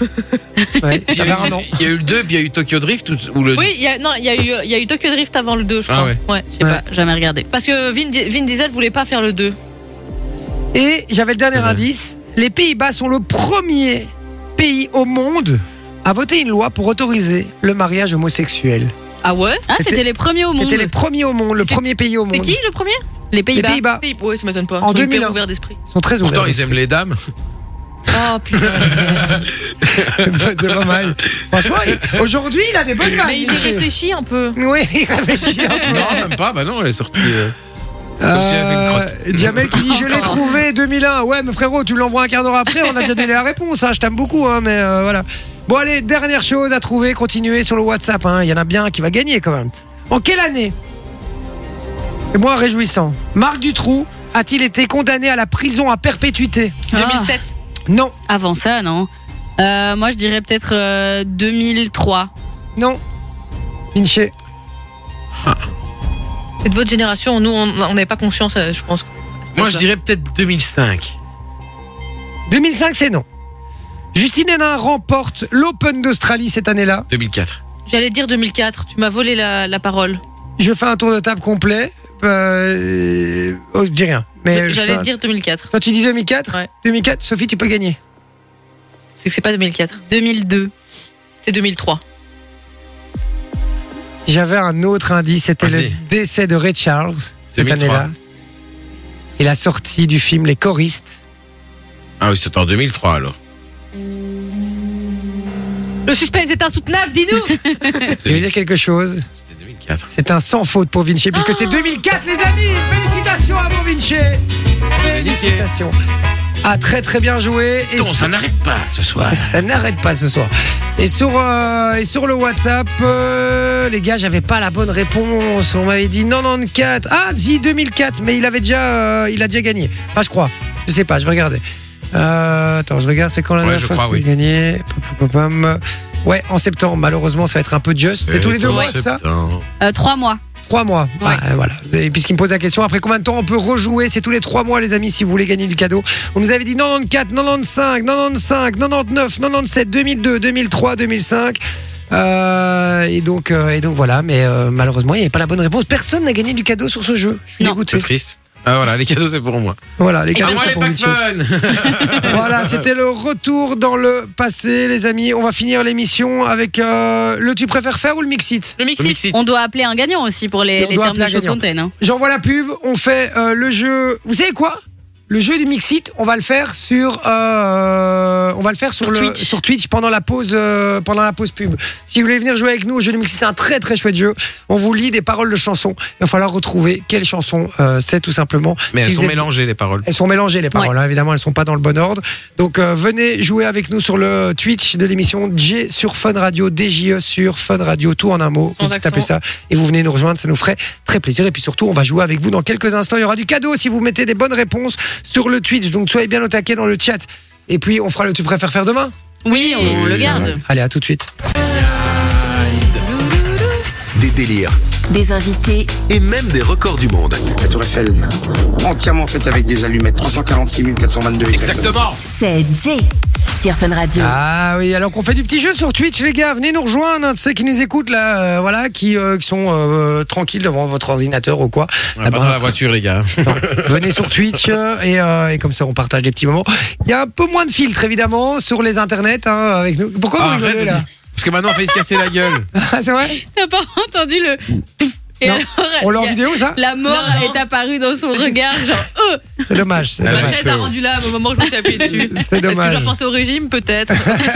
[SPEAKER 1] Ouais,
[SPEAKER 5] Il y,
[SPEAKER 1] t'avais
[SPEAKER 5] a eu,
[SPEAKER 1] un an.
[SPEAKER 5] il y a eu le 2, puis il y a eu Tokyo Drift ou, ou le.
[SPEAKER 6] Oui, il y a- non, il y, a eu- il y a eu Tokyo Drift avant le 2, je
[SPEAKER 5] Ah
[SPEAKER 6] crois.
[SPEAKER 5] ouais.
[SPEAKER 2] Je sais pas, jamais regardé.
[SPEAKER 6] Parce que Vin, Di- Vin Diesel voulait pas faire le 2.
[SPEAKER 1] Et j'avais le dernier
[SPEAKER 5] Ouais.
[SPEAKER 1] indice. Les Pays-Bas sont le premier pays au monde à voter une loi pour autoriser le mariage homosexuel.
[SPEAKER 6] Ah ouais
[SPEAKER 2] Ah,
[SPEAKER 1] C'était-
[SPEAKER 2] c'était les premiers au monde.
[SPEAKER 1] C'était les premiers au monde, le
[SPEAKER 6] C'est-
[SPEAKER 1] premier pays au monde.
[SPEAKER 6] C'est qui le premier
[SPEAKER 2] Les
[SPEAKER 1] Les
[SPEAKER 2] Pays-Bas.
[SPEAKER 1] Pays-Bas
[SPEAKER 6] Pays- Ouais, ça m'étonne pas.
[SPEAKER 1] En
[SPEAKER 6] Ils sont hyper
[SPEAKER 1] 2001.
[SPEAKER 6] ouverts d'esprit.
[SPEAKER 1] sont très ouverts.
[SPEAKER 5] Pourtant, ils aiment les dames.
[SPEAKER 6] Oh putain.
[SPEAKER 1] C'est pas mal. Franchement, il- aujourd'hui, il a des bonnes
[SPEAKER 6] Mais
[SPEAKER 1] vagues.
[SPEAKER 6] il y réfléchit un peu.
[SPEAKER 1] Oui, il réfléchit hein. un peu.
[SPEAKER 5] non, même pas, bah non, elle est sortie. euh, aussi avec une
[SPEAKER 1] Euh,
[SPEAKER 5] crotte.
[SPEAKER 1] Diamel qui dit je l'ai trouvé 2001 ouais mais frérot tu me l'envoies un quart d'heure après on a déjà donné la réponse hein. je t'aime beaucoup hein, mais euh, voilà bon allez dernière chose à trouver continuez sur le Whatsapp hein. il y en a bien un qui va gagner quand même en quelle année c'est moins réjouissant Marc Dutroux a-t-il été condamné à la prison à perpétuité
[SPEAKER 2] Ah,
[SPEAKER 6] 2007.
[SPEAKER 1] non
[SPEAKER 2] avant ça, non Euh, Moi, je dirais peut-être euh, 2003.
[SPEAKER 1] non Vinci
[SPEAKER 6] C'est de votre génération. Nous, on on n'avait pas conscience, euh, je pense. à cet
[SPEAKER 5] Moi, je
[SPEAKER 6] âge-là.
[SPEAKER 5] dirais peut-être 2005.
[SPEAKER 1] 2005 c'est non Justine Hénin remporte l'Open d'Australie cette année-là
[SPEAKER 5] 2004.
[SPEAKER 6] J'allais dire 2004. Tu m'as volé la, la parole.
[SPEAKER 1] je fais un tour de table complet euh... oh, je dis rien
[SPEAKER 5] Eh,
[SPEAKER 1] mais je fais
[SPEAKER 6] J'allais
[SPEAKER 1] un-
[SPEAKER 6] dire 2004.
[SPEAKER 1] Toi, tu dis 2004
[SPEAKER 6] Ouais.
[SPEAKER 1] 2004, Sophie, tu peux gagner.
[SPEAKER 6] C'est que c'est pas 2004.
[SPEAKER 2] 2002.
[SPEAKER 6] C'était 2003.
[SPEAKER 1] J'avais un autre indice, c'était le
[SPEAKER 5] Vas-y.
[SPEAKER 1] décès de Ray Charles cette
[SPEAKER 5] 2003.
[SPEAKER 1] année-là. Et la sortie du film Les Choristes.
[SPEAKER 5] Ah oui, c'était en 2003 alors.
[SPEAKER 6] Le suspense est insoutenable, dis-nous
[SPEAKER 1] Je vais vous dire quelque chose,
[SPEAKER 5] C'était 2004.
[SPEAKER 1] c'est un sans faute pour Vinci, puisque c'est
[SPEAKER 7] Ah.
[SPEAKER 1] 2004, les amis Félicitations à mon Vinci Félicitations Ah, très très bien joué et
[SPEAKER 7] ça n'arrête pas ce soir.
[SPEAKER 1] Ça n'arrête pas ce soir. Et sur, euh, et sur le WhatsApp, euh, les gars, j'avais pas la bonne réponse. On m'avait dit 94. Ah, si, 2004, mais il avait déjà, euh, il a déjà gagné. Enfin, je crois. Je sais pas, je vais regarder. Euh, attends, je regarde, c'est quand la
[SPEAKER 5] Ouais,
[SPEAKER 1] dernière
[SPEAKER 5] je
[SPEAKER 1] fois
[SPEAKER 5] crois,
[SPEAKER 1] qu'il a gagné Pom, pom, pom, pom. Ouais, en septembre. Malheureusement, ça va être un peu just. C'est tous les deux mois, c'est ça
[SPEAKER 2] Euh, trois mois.
[SPEAKER 1] Trois mois.
[SPEAKER 2] Ouais.
[SPEAKER 1] Ah, euh, voilà. Et puisqu'il me pose la question, après combien de temps on peut rejouer C'est tous les trois mois, les amis, si vous voulez gagner du cadeau. On nous avait dit 94, 95, 95, 99, 97, 2002, 2003, 2005. Euh, et donc, euh, et donc voilà. Mais euh, malheureusement, il n'y avait pas la bonne réponse. Personne n'a gagné du cadeau sur ce jeu. Je suis
[SPEAKER 2] Non.
[SPEAKER 1] dégoûté.
[SPEAKER 5] C'est triste. Ah voilà, les cadeaux, c'est pour moi.
[SPEAKER 1] Voilà, les
[SPEAKER 5] Ah,
[SPEAKER 1] cadeaux.
[SPEAKER 5] moi,
[SPEAKER 1] c'est
[SPEAKER 5] les
[SPEAKER 1] pour
[SPEAKER 5] packs
[SPEAKER 1] Vinci.
[SPEAKER 5] fun
[SPEAKER 1] voilà, c'était le retour dans le passé, les amis. On va finir l'émission avec euh, le tu préfères faire ou le mix it
[SPEAKER 6] Le
[SPEAKER 5] Le
[SPEAKER 6] Mexique.
[SPEAKER 5] Mexique.
[SPEAKER 2] On doit appeler un gagnant aussi pour
[SPEAKER 1] Et
[SPEAKER 2] les,
[SPEAKER 1] on
[SPEAKER 2] les
[SPEAKER 1] doit
[SPEAKER 2] termes de
[SPEAKER 1] appeler un gagnant.
[SPEAKER 2] Chaudfontaine. hein.
[SPEAKER 1] J'envoie la pub, on fait euh, le jeu. Vous savez quoi Le jeu du Mixit, on va le faire sur euh, on va le faire sur,
[SPEAKER 2] Sur
[SPEAKER 1] le-
[SPEAKER 2] Twitch.
[SPEAKER 1] sur Twitch pendant la pause euh, pendant la pause pub. Si vous voulez venir jouer avec nous au jeu du Mixit, c'est un très très chouette jeu. On vous lit des paroles de chansons, il va falloir retrouver quelle chanson euh, c'est tout simplement.
[SPEAKER 5] Mais elles
[SPEAKER 1] Si vous
[SPEAKER 5] sont
[SPEAKER 1] êtes-
[SPEAKER 5] mélangées, les paroles.
[SPEAKER 1] elles sont mélangées les paroles, hein, évidemment, elles sont pas dans le bon ordre. Donc euh, venez jouer avec nous sur le Twitch de l'émission J sur Fun Radio, DJE sur Fun Radio, tout en un mot.
[SPEAKER 6] Sans
[SPEAKER 1] vous tapez
[SPEAKER 6] accent.
[SPEAKER 1] ça et vous venez nous rejoindre, ça nous ferait très plaisir. Et puis surtout, on va jouer avec vous dans quelques instants. Il y aura du cadeau si vous mettez des bonnes réponses sur le Twitch. Donc soyez bien au taquet dans le chat. Et puis on fera le tu préfères faire demain.
[SPEAKER 2] Oui, on le garde.
[SPEAKER 1] Allez, à tout de suite.
[SPEAKER 3] Des délires
[SPEAKER 4] Des invités,
[SPEAKER 3] et même des records du monde.
[SPEAKER 8] La tour Eiffel, entièrement faite avec des allumettes, 346 422 exactement.
[SPEAKER 4] c'est Jay sur Fun Radio.
[SPEAKER 1] Ah oui, alors qu'on fait du petit jeu sur Twitch, les gars, venez nous rejoindre, hein, de ceux qui nous écoutent là, euh, voilà, qui, euh, qui sont euh, tranquilles devant votre ordinateur ou quoi. Ah ben,
[SPEAKER 5] On va
[SPEAKER 1] Là-bas.
[SPEAKER 5] Ah, pas dans la voiture, les gars.
[SPEAKER 1] Non, venez sur Twitch euh, et, euh, et comme ça on partage des petits moments. Il y a un peu moins de filtres évidemment sur les internets hein, avec nous. Pourquoi vous
[SPEAKER 5] Arrête
[SPEAKER 1] rigolez
[SPEAKER 5] de
[SPEAKER 1] là
[SPEAKER 5] dire- Parce que maintenant, on fait se casser la gueule.
[SPEAKER 1] Ah, C'est vrai
[SPEAKER 2] T'as pas entendu le. Et
[SPEAKER 1] Non.
[SPEAKER 2] alors,
[SPEAKER 1] On l'a en
[SPEAKER 2] il y a-
[SPEAKER 1] vidéo, ça
[SPEAKER 2] la mort
[SPEAKER 6] Non, non.
[SPEAKER 2] est apparue dans son regard, genre, euh,
[SPEAKER 1] C'est dommage. C'est
[SPEAKER 5] Ah,
[SPEAKER 6] Ma
[SPEAKER 1] dommage.
[SPEAKER 6] chaise a rendu là au moment où je me suis appuyée dessus.
[SPEAKER 1] C'est
[SPEAKER 6] Est-ce que je
[SPEAKER 1] dommage.
[SPEAKER 6] dois penser au régime Peut-être.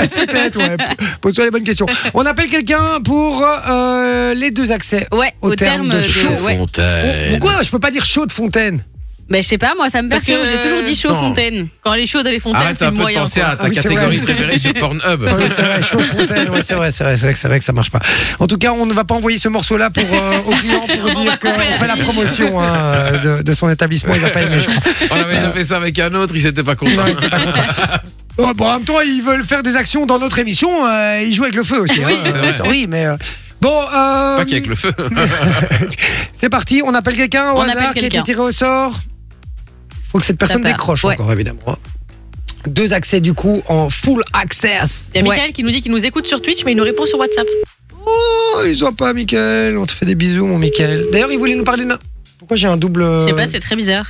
[SPEAKER 1] Peut-être, ouais. Pose-toi les bonnes questions. On appelle quelqu'un pour euh, les deux accès.
[SPEAKER 2] Ouais,
[SPEAKER 1] Au
[SPEAKER 2] au,
[SPEAKER 1] terme
[SPEAKER 2] terme,
[SPEAKER 1] de
[SPEAKER 2] de.
[SPEAKER 1] chaud.
[SPEAKER 2] Ouais.
[SPEAKER 5] Fontaine.
[SPEAKER 1] Pourquoi je peux pas dire chaud de fontaine
[SPEAKER 2] Ben, je sais pas, moi, ça me
[SPEAKER 6] Parce
[SPEAKER 2] perturbe.
[SPEAKER 6] que-
[SPEAKER 2] J'ai toujours dit chaud
[SPEAKER 5] Non.
[SPEAKER 2] fontaine.
[SPEAKER 6] Quand elle est chaude, elle est fontaine,
[SPEAKER 5] Arrête
[SPEAKER 6] c'est
[SPEAKER 5] un peu de
[SPEAKER 6] moyen.
[SPEAKER 5] penser
[SPEAKER 6] quoi.
[SPEAKER 5] à ta
[SPEAKER 1] Oui, Ah, c'est
[SPEAKER 5] catégorie
[SPEAKER 1] vrai.
[SPEAKER 5] préférée sur Pornhub.
[SPEAKER 1] Ah oui, c'est vrai, chaud de fontaine. Ouais, c'est vrai, c'est vrai, c'est vrai, que- c'est vrai que ça marche pas. En tout cas, on ne va pas envoyer ce morceau-là pour euh, au client pour dire qu'on fait la promotion hein, de, de son établissement. Il va pas aimer, je crois.
[SPEAKER 5] On avait déjà fait ça avec un autre, il s'était pas content.
[SPEAKER 1] Ouais, Oh, bon, en même temps, ils veulent faire des actions dans notre émission. euh, ils jouent avec le feu aussi. Oui, oui mais euh, bon. euh,
[SPEAKER 5] Pas qu'avec le feu.
[SPEAKER 1] C'est parti, on appelle quelqu'un au
[SPEAKER 2] On
[SPEAKER 1] hasard
[SPEAKER 2] appelle
[SPEAKER 1] qui a été
[SPEAKER 2] quelqu'un.
[SPEAKER 1] tiré au sort. Faut que cette personne
[SPEAKER 2] part.
[SPEAKER 1] décroche
[SPEAKER 2] Ouais.
[SPEAKER 1] encore, évidemment. hein. Deux accès, du coup, en full access.
[SPEAKER 6] Il y a
[SPEAKER 2] Ouais.
[SPEAKER 6] Michael qui nous dit qu'il nous écoute sur Twitch, mais il nous répond sur WhatsApp.
[SPEAKER 1] Oh, ils ont pas, Mickaël. On te fait des bisous, mon Mickaël. D'ailleurs, il voulait nous parler d'un. Pourquoi j'ai un double. euh,
[SPEAKER 2] Je sais pas, c'est très bizarre.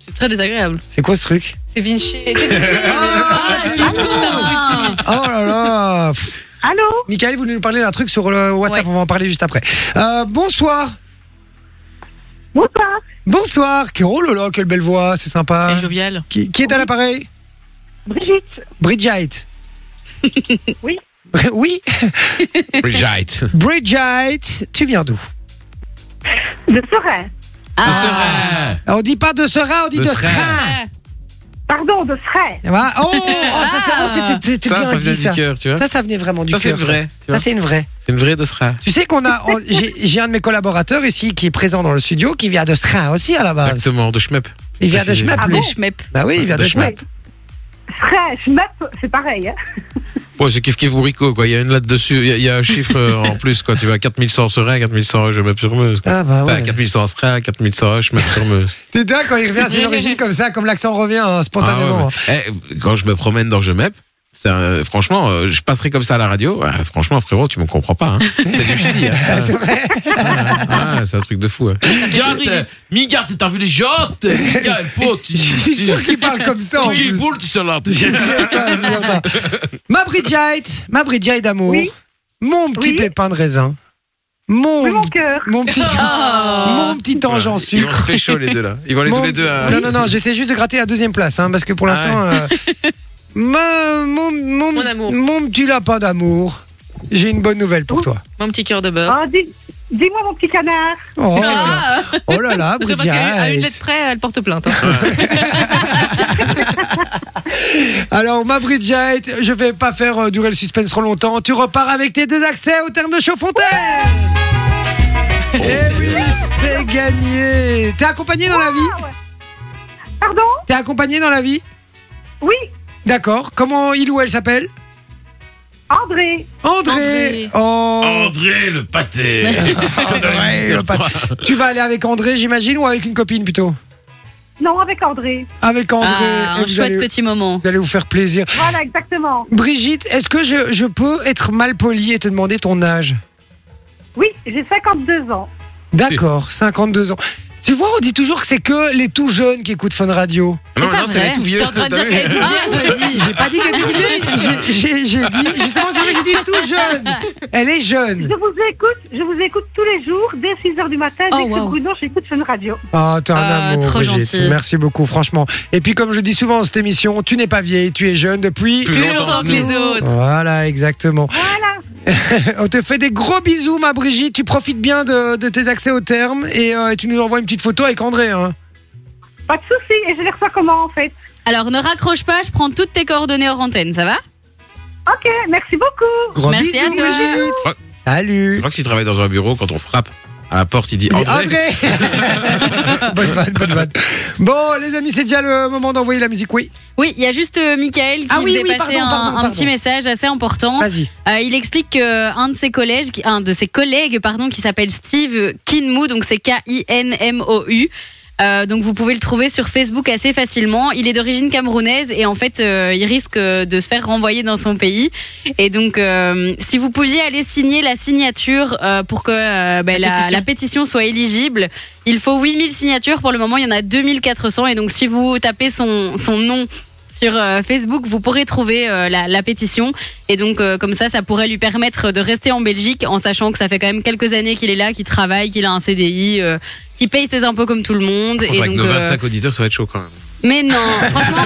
[SPEAKER 6] C'est très désagréable.
[SPEAKER 1] C'est quoi ce truc
[SPEAKER 6] C'est Vinci. C'est Vinci. Ah,
[SPEAKER 1] Oh là là Allô Mickaël voulait nous parler d'un truc sur le WhatsApp, on va en parler juste après. Euh, bonsoir
[SPEAKER 7] Bonsoir,
[SPEAKER 1] Bonsoir Oh là là, quelle belle voix, c'est
[SPEAKER 2] Ah.
[SPEAKER 1] sympa.
[SPEAKER 6] Elle est joviale.
[SPEAKER 1] Qui, qui est à l'appareil
[SPEAKER 7] Brigitte.
[SPEAKER 1] Bridget.
[SPEAKER 7] Oui.
[SPEAKER 1] Oui,
[SPEAKER 5] Brigitte.
[SPEAKER 1] Bridget, tu viens d'où
[SPEAKER 7] De Serein.
[SPEAKER 5] Ah.
[SPEAKER 1] On dit pas de serin, on dit de,
[SPEAKER 5] De
[SPEAKER 1] serin.
[SPEAKER 5] serin.
[SPEAKER 7] Pardon, de Serein.
[SPEAKER 1] Voilà. Oh, oh, ça c'est oh, c'était- c'était
[SPEAKER 5] Ça,
[SPEAKER 1] bien
[SPEAKER 5] ça
[SPEAKER 1] dit
[SPEAKER 5] vient
[SPEAKER 1] ça.
[SPEAKER 5] du cœur, tu vois.
[SPEAKER 1] Ça, ça venait vraiment du
[SPEAKER 5] Ça, c'est
[SPEAKER 1] cœur.
[SPEAKER 5] une vraie.
[SPEAKER 1] Ça,
[SPEAKER 5] tu vois.
[SPEAKER 1] c'est une vraie.
[SPEAKER 5] C'est une vraie de Sra.
[SPEAKER 1] Tu sais qu'on a, on- j'ai j'ai un de mes collaborateurs ici qui est présent dans le studio qui vient de Srin aussi à la base.
[SPEAKER 5] Exactement, de Schmep.
[SPEAKER 1] Il vient de
[SPEAKER 5] Précisé.
[SPEAKER 1] Schmepp.
[SPEAKER 7] Ah
[SPEAKER 1] lui.
[SPEAKER 7] bon
[SPEAKER 2] Le schmep.
[SPEAKER 1] Bah oui, il vient de
[SPEAKER 5] De
[SPEAKER 1] Schmepp.
[SPEAKER 7] Serein, Schmep, c'est pareil. Hein.
[SPEAKER 5] Ouais, c'est kiff kiff bourrico, quoi. Il y a une lettre dessus, il y a- il y, a un chiffre euh, en plus, quoi. Tu vois, 4100 serein, 4100 Schmep sur Meuse. quoi.
[SPEAKER 1] Ah bah
[SPEAKER 5] Enfin,
[SPEAKER 1] ouais.
[SPEAKER 5] 4100 serein, 4100 Schmep sur Meuse.
[SPEAKER 1] T'es dingue quand il revient à ses origines comme ça, comme l'accent revient hein,
[SPEAKER 5] Ah
[SPEAKER 1] spontanément.
[SPEAKER 5] ouais, mais- eh, quand je me promène dans Jemep, c'est un- franchement, euh, je passerai comme ça à la radio. ouais, franchement, frérot, tu me comprends pas. hein. C'est du chili. hein.
[SPEAKER 1] C'est vrai.
[SPEAKER 5] Ah, c'est un truc de fou. Hein. Migarte, t'as vu les jottes Miguel, pote, tu
[SPEAKER 1] Je suis sûr qu'il parle comme ça. en plus.
[SPEAKER 5] tu là.
[SPEAKER 1] Je sais pas, je sais pas. Ma Bridget, ma Bridget d'amour,
[SPEAKER 7] Oui.
[SPEAKER 1] mon petit
[SPEAKER 7] Oui.
[SPEAKER 1] pépin de raisin, mon,
[SPEAKER 7] Mais mon cœur.
[SPEAKER 1] mon petit,
[SPEAKER 6] Ah,
[SPEAKER 2] Ah.
[SPEAKER 1] mon petit ange en
[SPEAKER 5] Ils vont
[SPEAKER 1] sucre.
[SPEAKER 5] se pécho les deux là. Ils vont aller
[SPEAKER 1] Mon-
[SPEAKER 5] tous les deux à.
[SPEAKER 1] Non, non, non, j'essaie juste de gratter la deuxième place, hein, parce que pour
[SPEAKER 5] Ah
[SPEAKER 1] l'instant, euh, ma- mon, mon,
[SPEAKER 6] Mon amour.
[SPEAKER 1] mon petit lapin d'amour, j'ai une bonne nouvelle pour
[SPEAKER 7] Oh.
[SPEAKER 1] toi.
[SPEAKER 6] Mon petit cœur de beurre.
[SPEAKER 1] Ah,
[SPEAKER 7] Oh, dis- Dis-moi mon petit canard.
[SPEAKER 1] Oh, là là. Oh là là,
[SPEAKER 6] C'est Ah. parce qu'à à une
[SPEAKER 1] Bridget.
[SPEAKER 6] lettre près, elle porte plainte. hein.
[SPEAKER 1] Alors, ma Bridget, je vais pas faire euh, durer le suspense trop longtemps. Tu repars avec tes deux accès au terme de Chaudfontaine.
[SPEAKER 7] Oh,
[SPEAKER 1] Eh oui, c'est gagné. T'es accompagné dans la vie
[SPEAKER 7] Pardon
[SPEAKER 1] T'es accompagné dans la vie
[SPEAKER 7] Oui,
[SPEAKER 1] D'accord. Comment il ou elle s'appelle
[SPEAKER 7] André.
[SPEAKER 1] André.
[SPEAKER 6] André.
[SPEAKER 1] Oh.
[SPEAKER 5] André le pâté.
[SPEAKER 1] André, le pat-
[SPEAKER 5] Ah,
[SPEAKER 1] Tu vas aller avec André, j'imagine, ou avec une copine plutôt
[SPEAKER 7] Non, avec André.
[SPEAKER 1] Avec André.
[SPEAKER 2] Ah,
[SPEAKER 1] Et
[SPEAKER 2] un
[SPEAKER 1] vous,
[SPEAKER 2] chouette
[SPEAKER 1] allez,
[SPEAKER 2] petit moment.
[SPEAKER 1] vous allez vous faire plaisir.
[SPEAKER 7] Voilà, exactement.
[SPEAKER 1] Brigitte, est-ce que je, je peux être mal poli et te demander ton âge
[SPEAKER 7] Oui, j'ai 52 ans.
[SPEAKER 1] D'accord, 52 ans. Tu vois, on dit toujours que c'est que les tout jeunes qui écoutent Fun Radio.
[SPEAKER 5] Non,
[SPEAKER 2] pas
[SPEAKER 5] non, c'est
[SPEAKER 2] vrai.
[SPEAKER 5] les tout vieux.
[SPEAKER 2] T'es en train de
[SPEAKER 5] t'as
[SPEAKER 2] dire
[SPEAKER 5] vu
[SPEAKER 2] qu'elle est toute vieille, Ah, vas-y.
[SPEAKER 1] J'ai pas dit qu'elle était vieille, j'ai- j'ai j'ai dit justement c'est pour ça que je dis tout jeune. Elle est jeune.
[SPEAKER 7] Je vous écoute, je vous écoute tous les jours dès 6 heures du matin. Dès
[SPEAKER 2] Oh,
[SPEAKER 7] que
[SPEAKER 2] wow.
[SPEAKER 7] Bruno, j'écoute Fun Radio.
[SPEAKER 1] Oh, t'es un
[SPEAKER 2] Ah,
[SPEAKER 1] amour,
[SPEAKER 2] trop
[SPEAKER 1] Brigitte.
[SPEAKER 2] gentille.
[SPEAKER 1] Merci beaucoup, franchement. Et puis comme je dis souvent dans cette émission, tu n'es pas vieille, tu es jeune depuis.
[SPEAKER 5] Plus
[SPEAKER 6] Plus longtemps que les autres.
[SPEAKER 1] Voilà, exactement.
[SPEAKER 7] Voilà.
[SPEAKER 1] On te fait des gros bisous, ma Brigitte. Tu profites bien de, de tes accès au terme et, euh, et tu nous envoies une petite photo avec André. Hein.
[SPEAKER 7] Pas de souci. Et je les reçois comment, en fait
[SPEAKER 2] Alors, ne raccroche pas, je prends toutes tes coordonnées hors antenne, ça va
[SPEAKER 7] Ok, merci beaucoup.
[SPEAKER 1] Gros
[SPEAKER 2] Merci
[SPEAKER 1] bisous,
[SPEAKER 2] à toi.
[SPEAKER 1] Brigitte.
[SPEAKER 5] Ouais. Je
[SPEAKER 1] Salut.
[SPEAKER 5] crois que s'il travaille dans un bureau, quand on frappe à la porte, il dit
[SPEAKER 1] Il dit,
[SPEAKER 5] André.
[SPEAKER 1] André. bonne vanne, bonne vanne. Bon, les amis, c'est déjà le moment d'envoyer la musique. Oui,
[SPEAKER 2] Oui, il y a juste euh, Michael qui
[SPEAKER 1] Ah oui,
[SPEAKER 2] faisait
[SPEAKER 1] oui,
[SPEAKER 2] passer
[SPEAKER 1] pardon,
[SPEAKER 2] un,
[SPEAKER 1] pardon,
[SPEAKER 2] un
[SPEAKER 1] pardon.
[SPEAKER 2] petit message assez important.
[SPEAKER 1] vas-y.
[SPEAKER 2] Euh, il explique qu'un de ses collèges, qui- un de ses collègues, pardon, qui s'appelle Steve Kinmou, donc c'est K-I-N-M-O-U. euh, donc vous pouvez le trouver sur Facebook assez facilement. Il est d'origine camerounaise et en fait euh, il risque euh, de se faire renvoyer dans son pays. Et donc euh, si vous pouviez aller signer la signature euh, pour que euh, bah, la,
[SPEAKER 6] pétition.
[SPEAKER 2] la pétition soit éligible, il faut 8000 signatures. Pour le moment il y en a 2400 et donc si vous tapez son, son nom sur euh, Facebook, vous pourrez trouver euh, la, la pétition. Et donc, euh, comme ça, ça pourrait lui permettre de rester en Belgique en sachant que ça fait quand même quelques années qu'il est là, qu'il travaille, qu'il a un CDI, euh, qu'il paye ses impôts comme tout le monde. Et
[SPEAKER 5] Contre avec
[SPEAKER 2] donc,
[SPEAKER 5] nos
[SPEAKER 2] euh,
[SPEAKER 5] 25 auditeurs, ça va être chaud quand même.
[SPEAKER 2] mais non, franchement,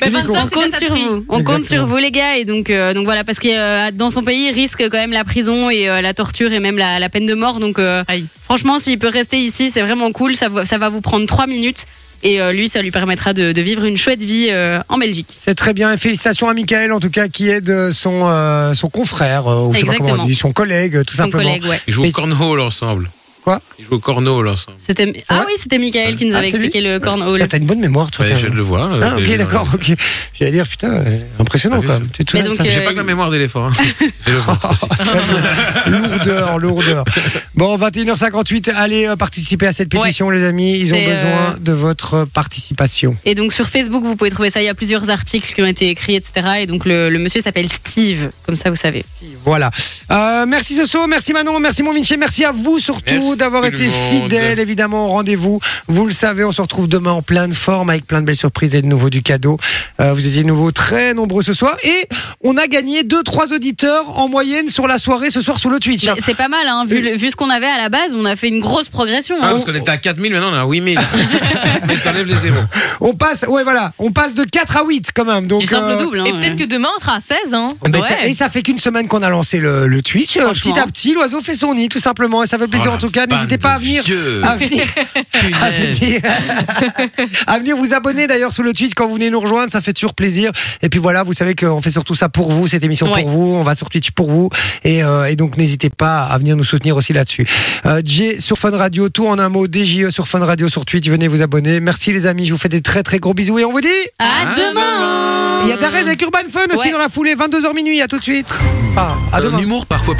[SPEAKER 6] Mais
[SPEAKER 1] Il est
[SPEAKER 6] 25,
[SPEAKER 2] on
[SPEAKER 6] c'est
[SPEAKER 2] compte
[SPEAKER 6] date
[SPEAKER 2] sur
[SPEAKER 6] à prix.
[SPEAKER 2] vous. On compte sur
[SPEAKER 1] Exactement.
[SPEAKER 2] vous, les gars. Et donc, euh, donc voilà, parce que euh, dans son pays, il risque quand même la prison et euh, la torture et même la, la peine de mort. Donc, euh,
[SPEAKER 6] Aïe.
[SPEAKER 2] franchement, s'il peut rester ici, c'est vraiment cool. Ça, va- ça va vous prendre trois minutes. Et euh, lui, ça lui permettra de, de vivre une chouette vie euh, en Belgique.
[SPEAKER 1] C'est très bien. Et Félicitations à Michael, en tout cas, qui aide euh, son, euh, son confrère, euh, ou je sais pas comment on
[SPEAKER 2] Exactement.
[SPEAKER 1] dit, son collègue, euh, tout
[SPEAKER 2] Son
[SPEAKER 1] simplement.
[SPEAKER 2] collègue, ouais.
[SPEAKER 5] Ils jouent
[SPEAKER 1] Mais
[SPEAKER 5] au cornhole ensemble.
[SPEAKER 1] Quoi
[SPEAKER 5] Ils jouent au cornhole ensemble.
[SPEAKER 2] C'était... Ah
[SPEAKER 1] vrai
[SPEAKER 2] oui, c'était Michael qui nous
[SPEAKER 1] Ah,
[SPEAKER 2] avait
[SPEAKER 1] c'est lui
[SPEAKER 2] expliqué le
[SPEAKER 1] Ah,
[SPEAKER 2] cornhole.
[SPEAKER 1] T'as une bonne mémoire, toi.
[SPEAKER 5] Ouais,
[SPEAKER 1] quand
[SPEAKER 5] Ben, je viens
[SPEAKER 1] même.
[SPEAKER 5] de le voir.
[SPEAKER 1] Ah, ok, d'accord, ok. J'allais dire, putain, euh, impressionnant,
[SPEAKER 5] T'as vu
[SPEAKER 1] quand
[SPEAKER 5] ça
[SPEAKER 1] même. Tu te souviens
[SPEAKER 2] Mais
[SPEAKER 1] de
[SPEAKER 2] donc,
[SPEAKER 1] ça
[SPEAKER 2] euh,
[SPEAKER 5] J'ai pas que la mémoire d'éléphant. hein. J'ai le ventre aussi.
[SPEAKER 1] lourdeur, lourdeur. Bon, 21h58, allez euh, participer à cette pétition, les amis. Ils ont
[SPEAKER 2] C'est, euh,
[SPEAKER 1] besoin de votre participation.
[SPEAKER 2] Et donc sur Facebook, vous pouvez trouver ça. Il y a plusieurs articles qui ont été écrits, etc. Et donc le, le monsieur s'appelle Steve, comme ça vous savez.
[SPEAKER 1] Voilà. Euh, merci Soso, merci Manon, merci mon Vinci, merci à vous surtout
[SPEAKER 5] Merci
[SPEAKER 1] d'avoir
[SPEAKER 5] tout
[SPEAKER 1] été
[SPEAKER 5] le monde.
[SPEAKER 1] fidèle évidemment au rendez-vous. Vous le savez, on se retrouve demain en pleine forme avec plein de belles surprises et de nouveau du cadeau. Euh, vous étiez de nouveau très nombreux ce soir et on a gagné 2-3 auditeurs en moyenne sur la soirée ce soir sur le Twitch. hein.
[SPEAKER 2] Mais C'est pas mal, hein, vu, le- vu ce qu'on avait à la base, on a fait une grosse progression.
[SPEAKER 5] Ah,
[SPEAKER 2] hein.
[SPEAKER 5] parce qu'on était à 4000, maintenant on est à 8000. Mais t'enlèves les zéros.
[SPEAKER 1] On passe, ouais voilà, on passe de 4 à 8 quand même. Donc,
[SPEAKER 2] Du simple
[SPEAKER 1] euh,
[SPEAKER 2] double. hein,
[SPEAKER 6] Et
[SPEAKER 2] ouais.
[SPEAKER 6] peut-être que demain, on sera à 16. Hein.
[SPEAKER 1] Ben,
[SPEAKER 6] Ouais.
[SPEAKER 1] ça- et ça fait qu'une semaine qu'on a lancé le, le Twitch. Euh,
[SPEAKER 2] Franchement.
[SPEAKER 1] Petit à petit, l'oiseau fait son nid, tout simplement. Et ça fait plaisir
[SPEAKER 5] Oh,
[SPEAKER 1] en tout cas.
[SPEAKER 5] bande
[SPEAKER 1] N'hésitez pas à
[SPEAKER 5] de
[SPEAKER 1] venir.
[SPEAKER 5] vieux.
[SPEAKER 1] À venir, à, venir, à venir vous abonner d'ailleurs sur le Twitch quand vous venez nous rejoindre, ça fait toujours plaisir. Et puis voilà, vous savez qu'on fait surtout ça pour vous, cette émission
[SPEAKER 2] Ouais.
[SPEAKER 1] pour vous, on va sur Twitch pour vous. Et, euh, et donc n'hésitez pas à venir nous soutenir aussi là-dessus. Euh, J sur Fun Radio, tout en un mot, DJE sur Fun Radio sur Twitch, venez vous abonner. Merci les amis, je vous fais des très très gros bisous et on vous dit... Ah,
[SPEAKER 2] À demain
[SPEAKER 1] Il y a Darès avec Urban Fun aussi
[SPEAKER 2] Ouais.
[SPEAKER 1] dans la foulée, 22h minuit, à tout de suite. Ah, à
[SPEAKER 3] Un
[SPEAKER 1] demain.
[SPEAKER 3] humour parfois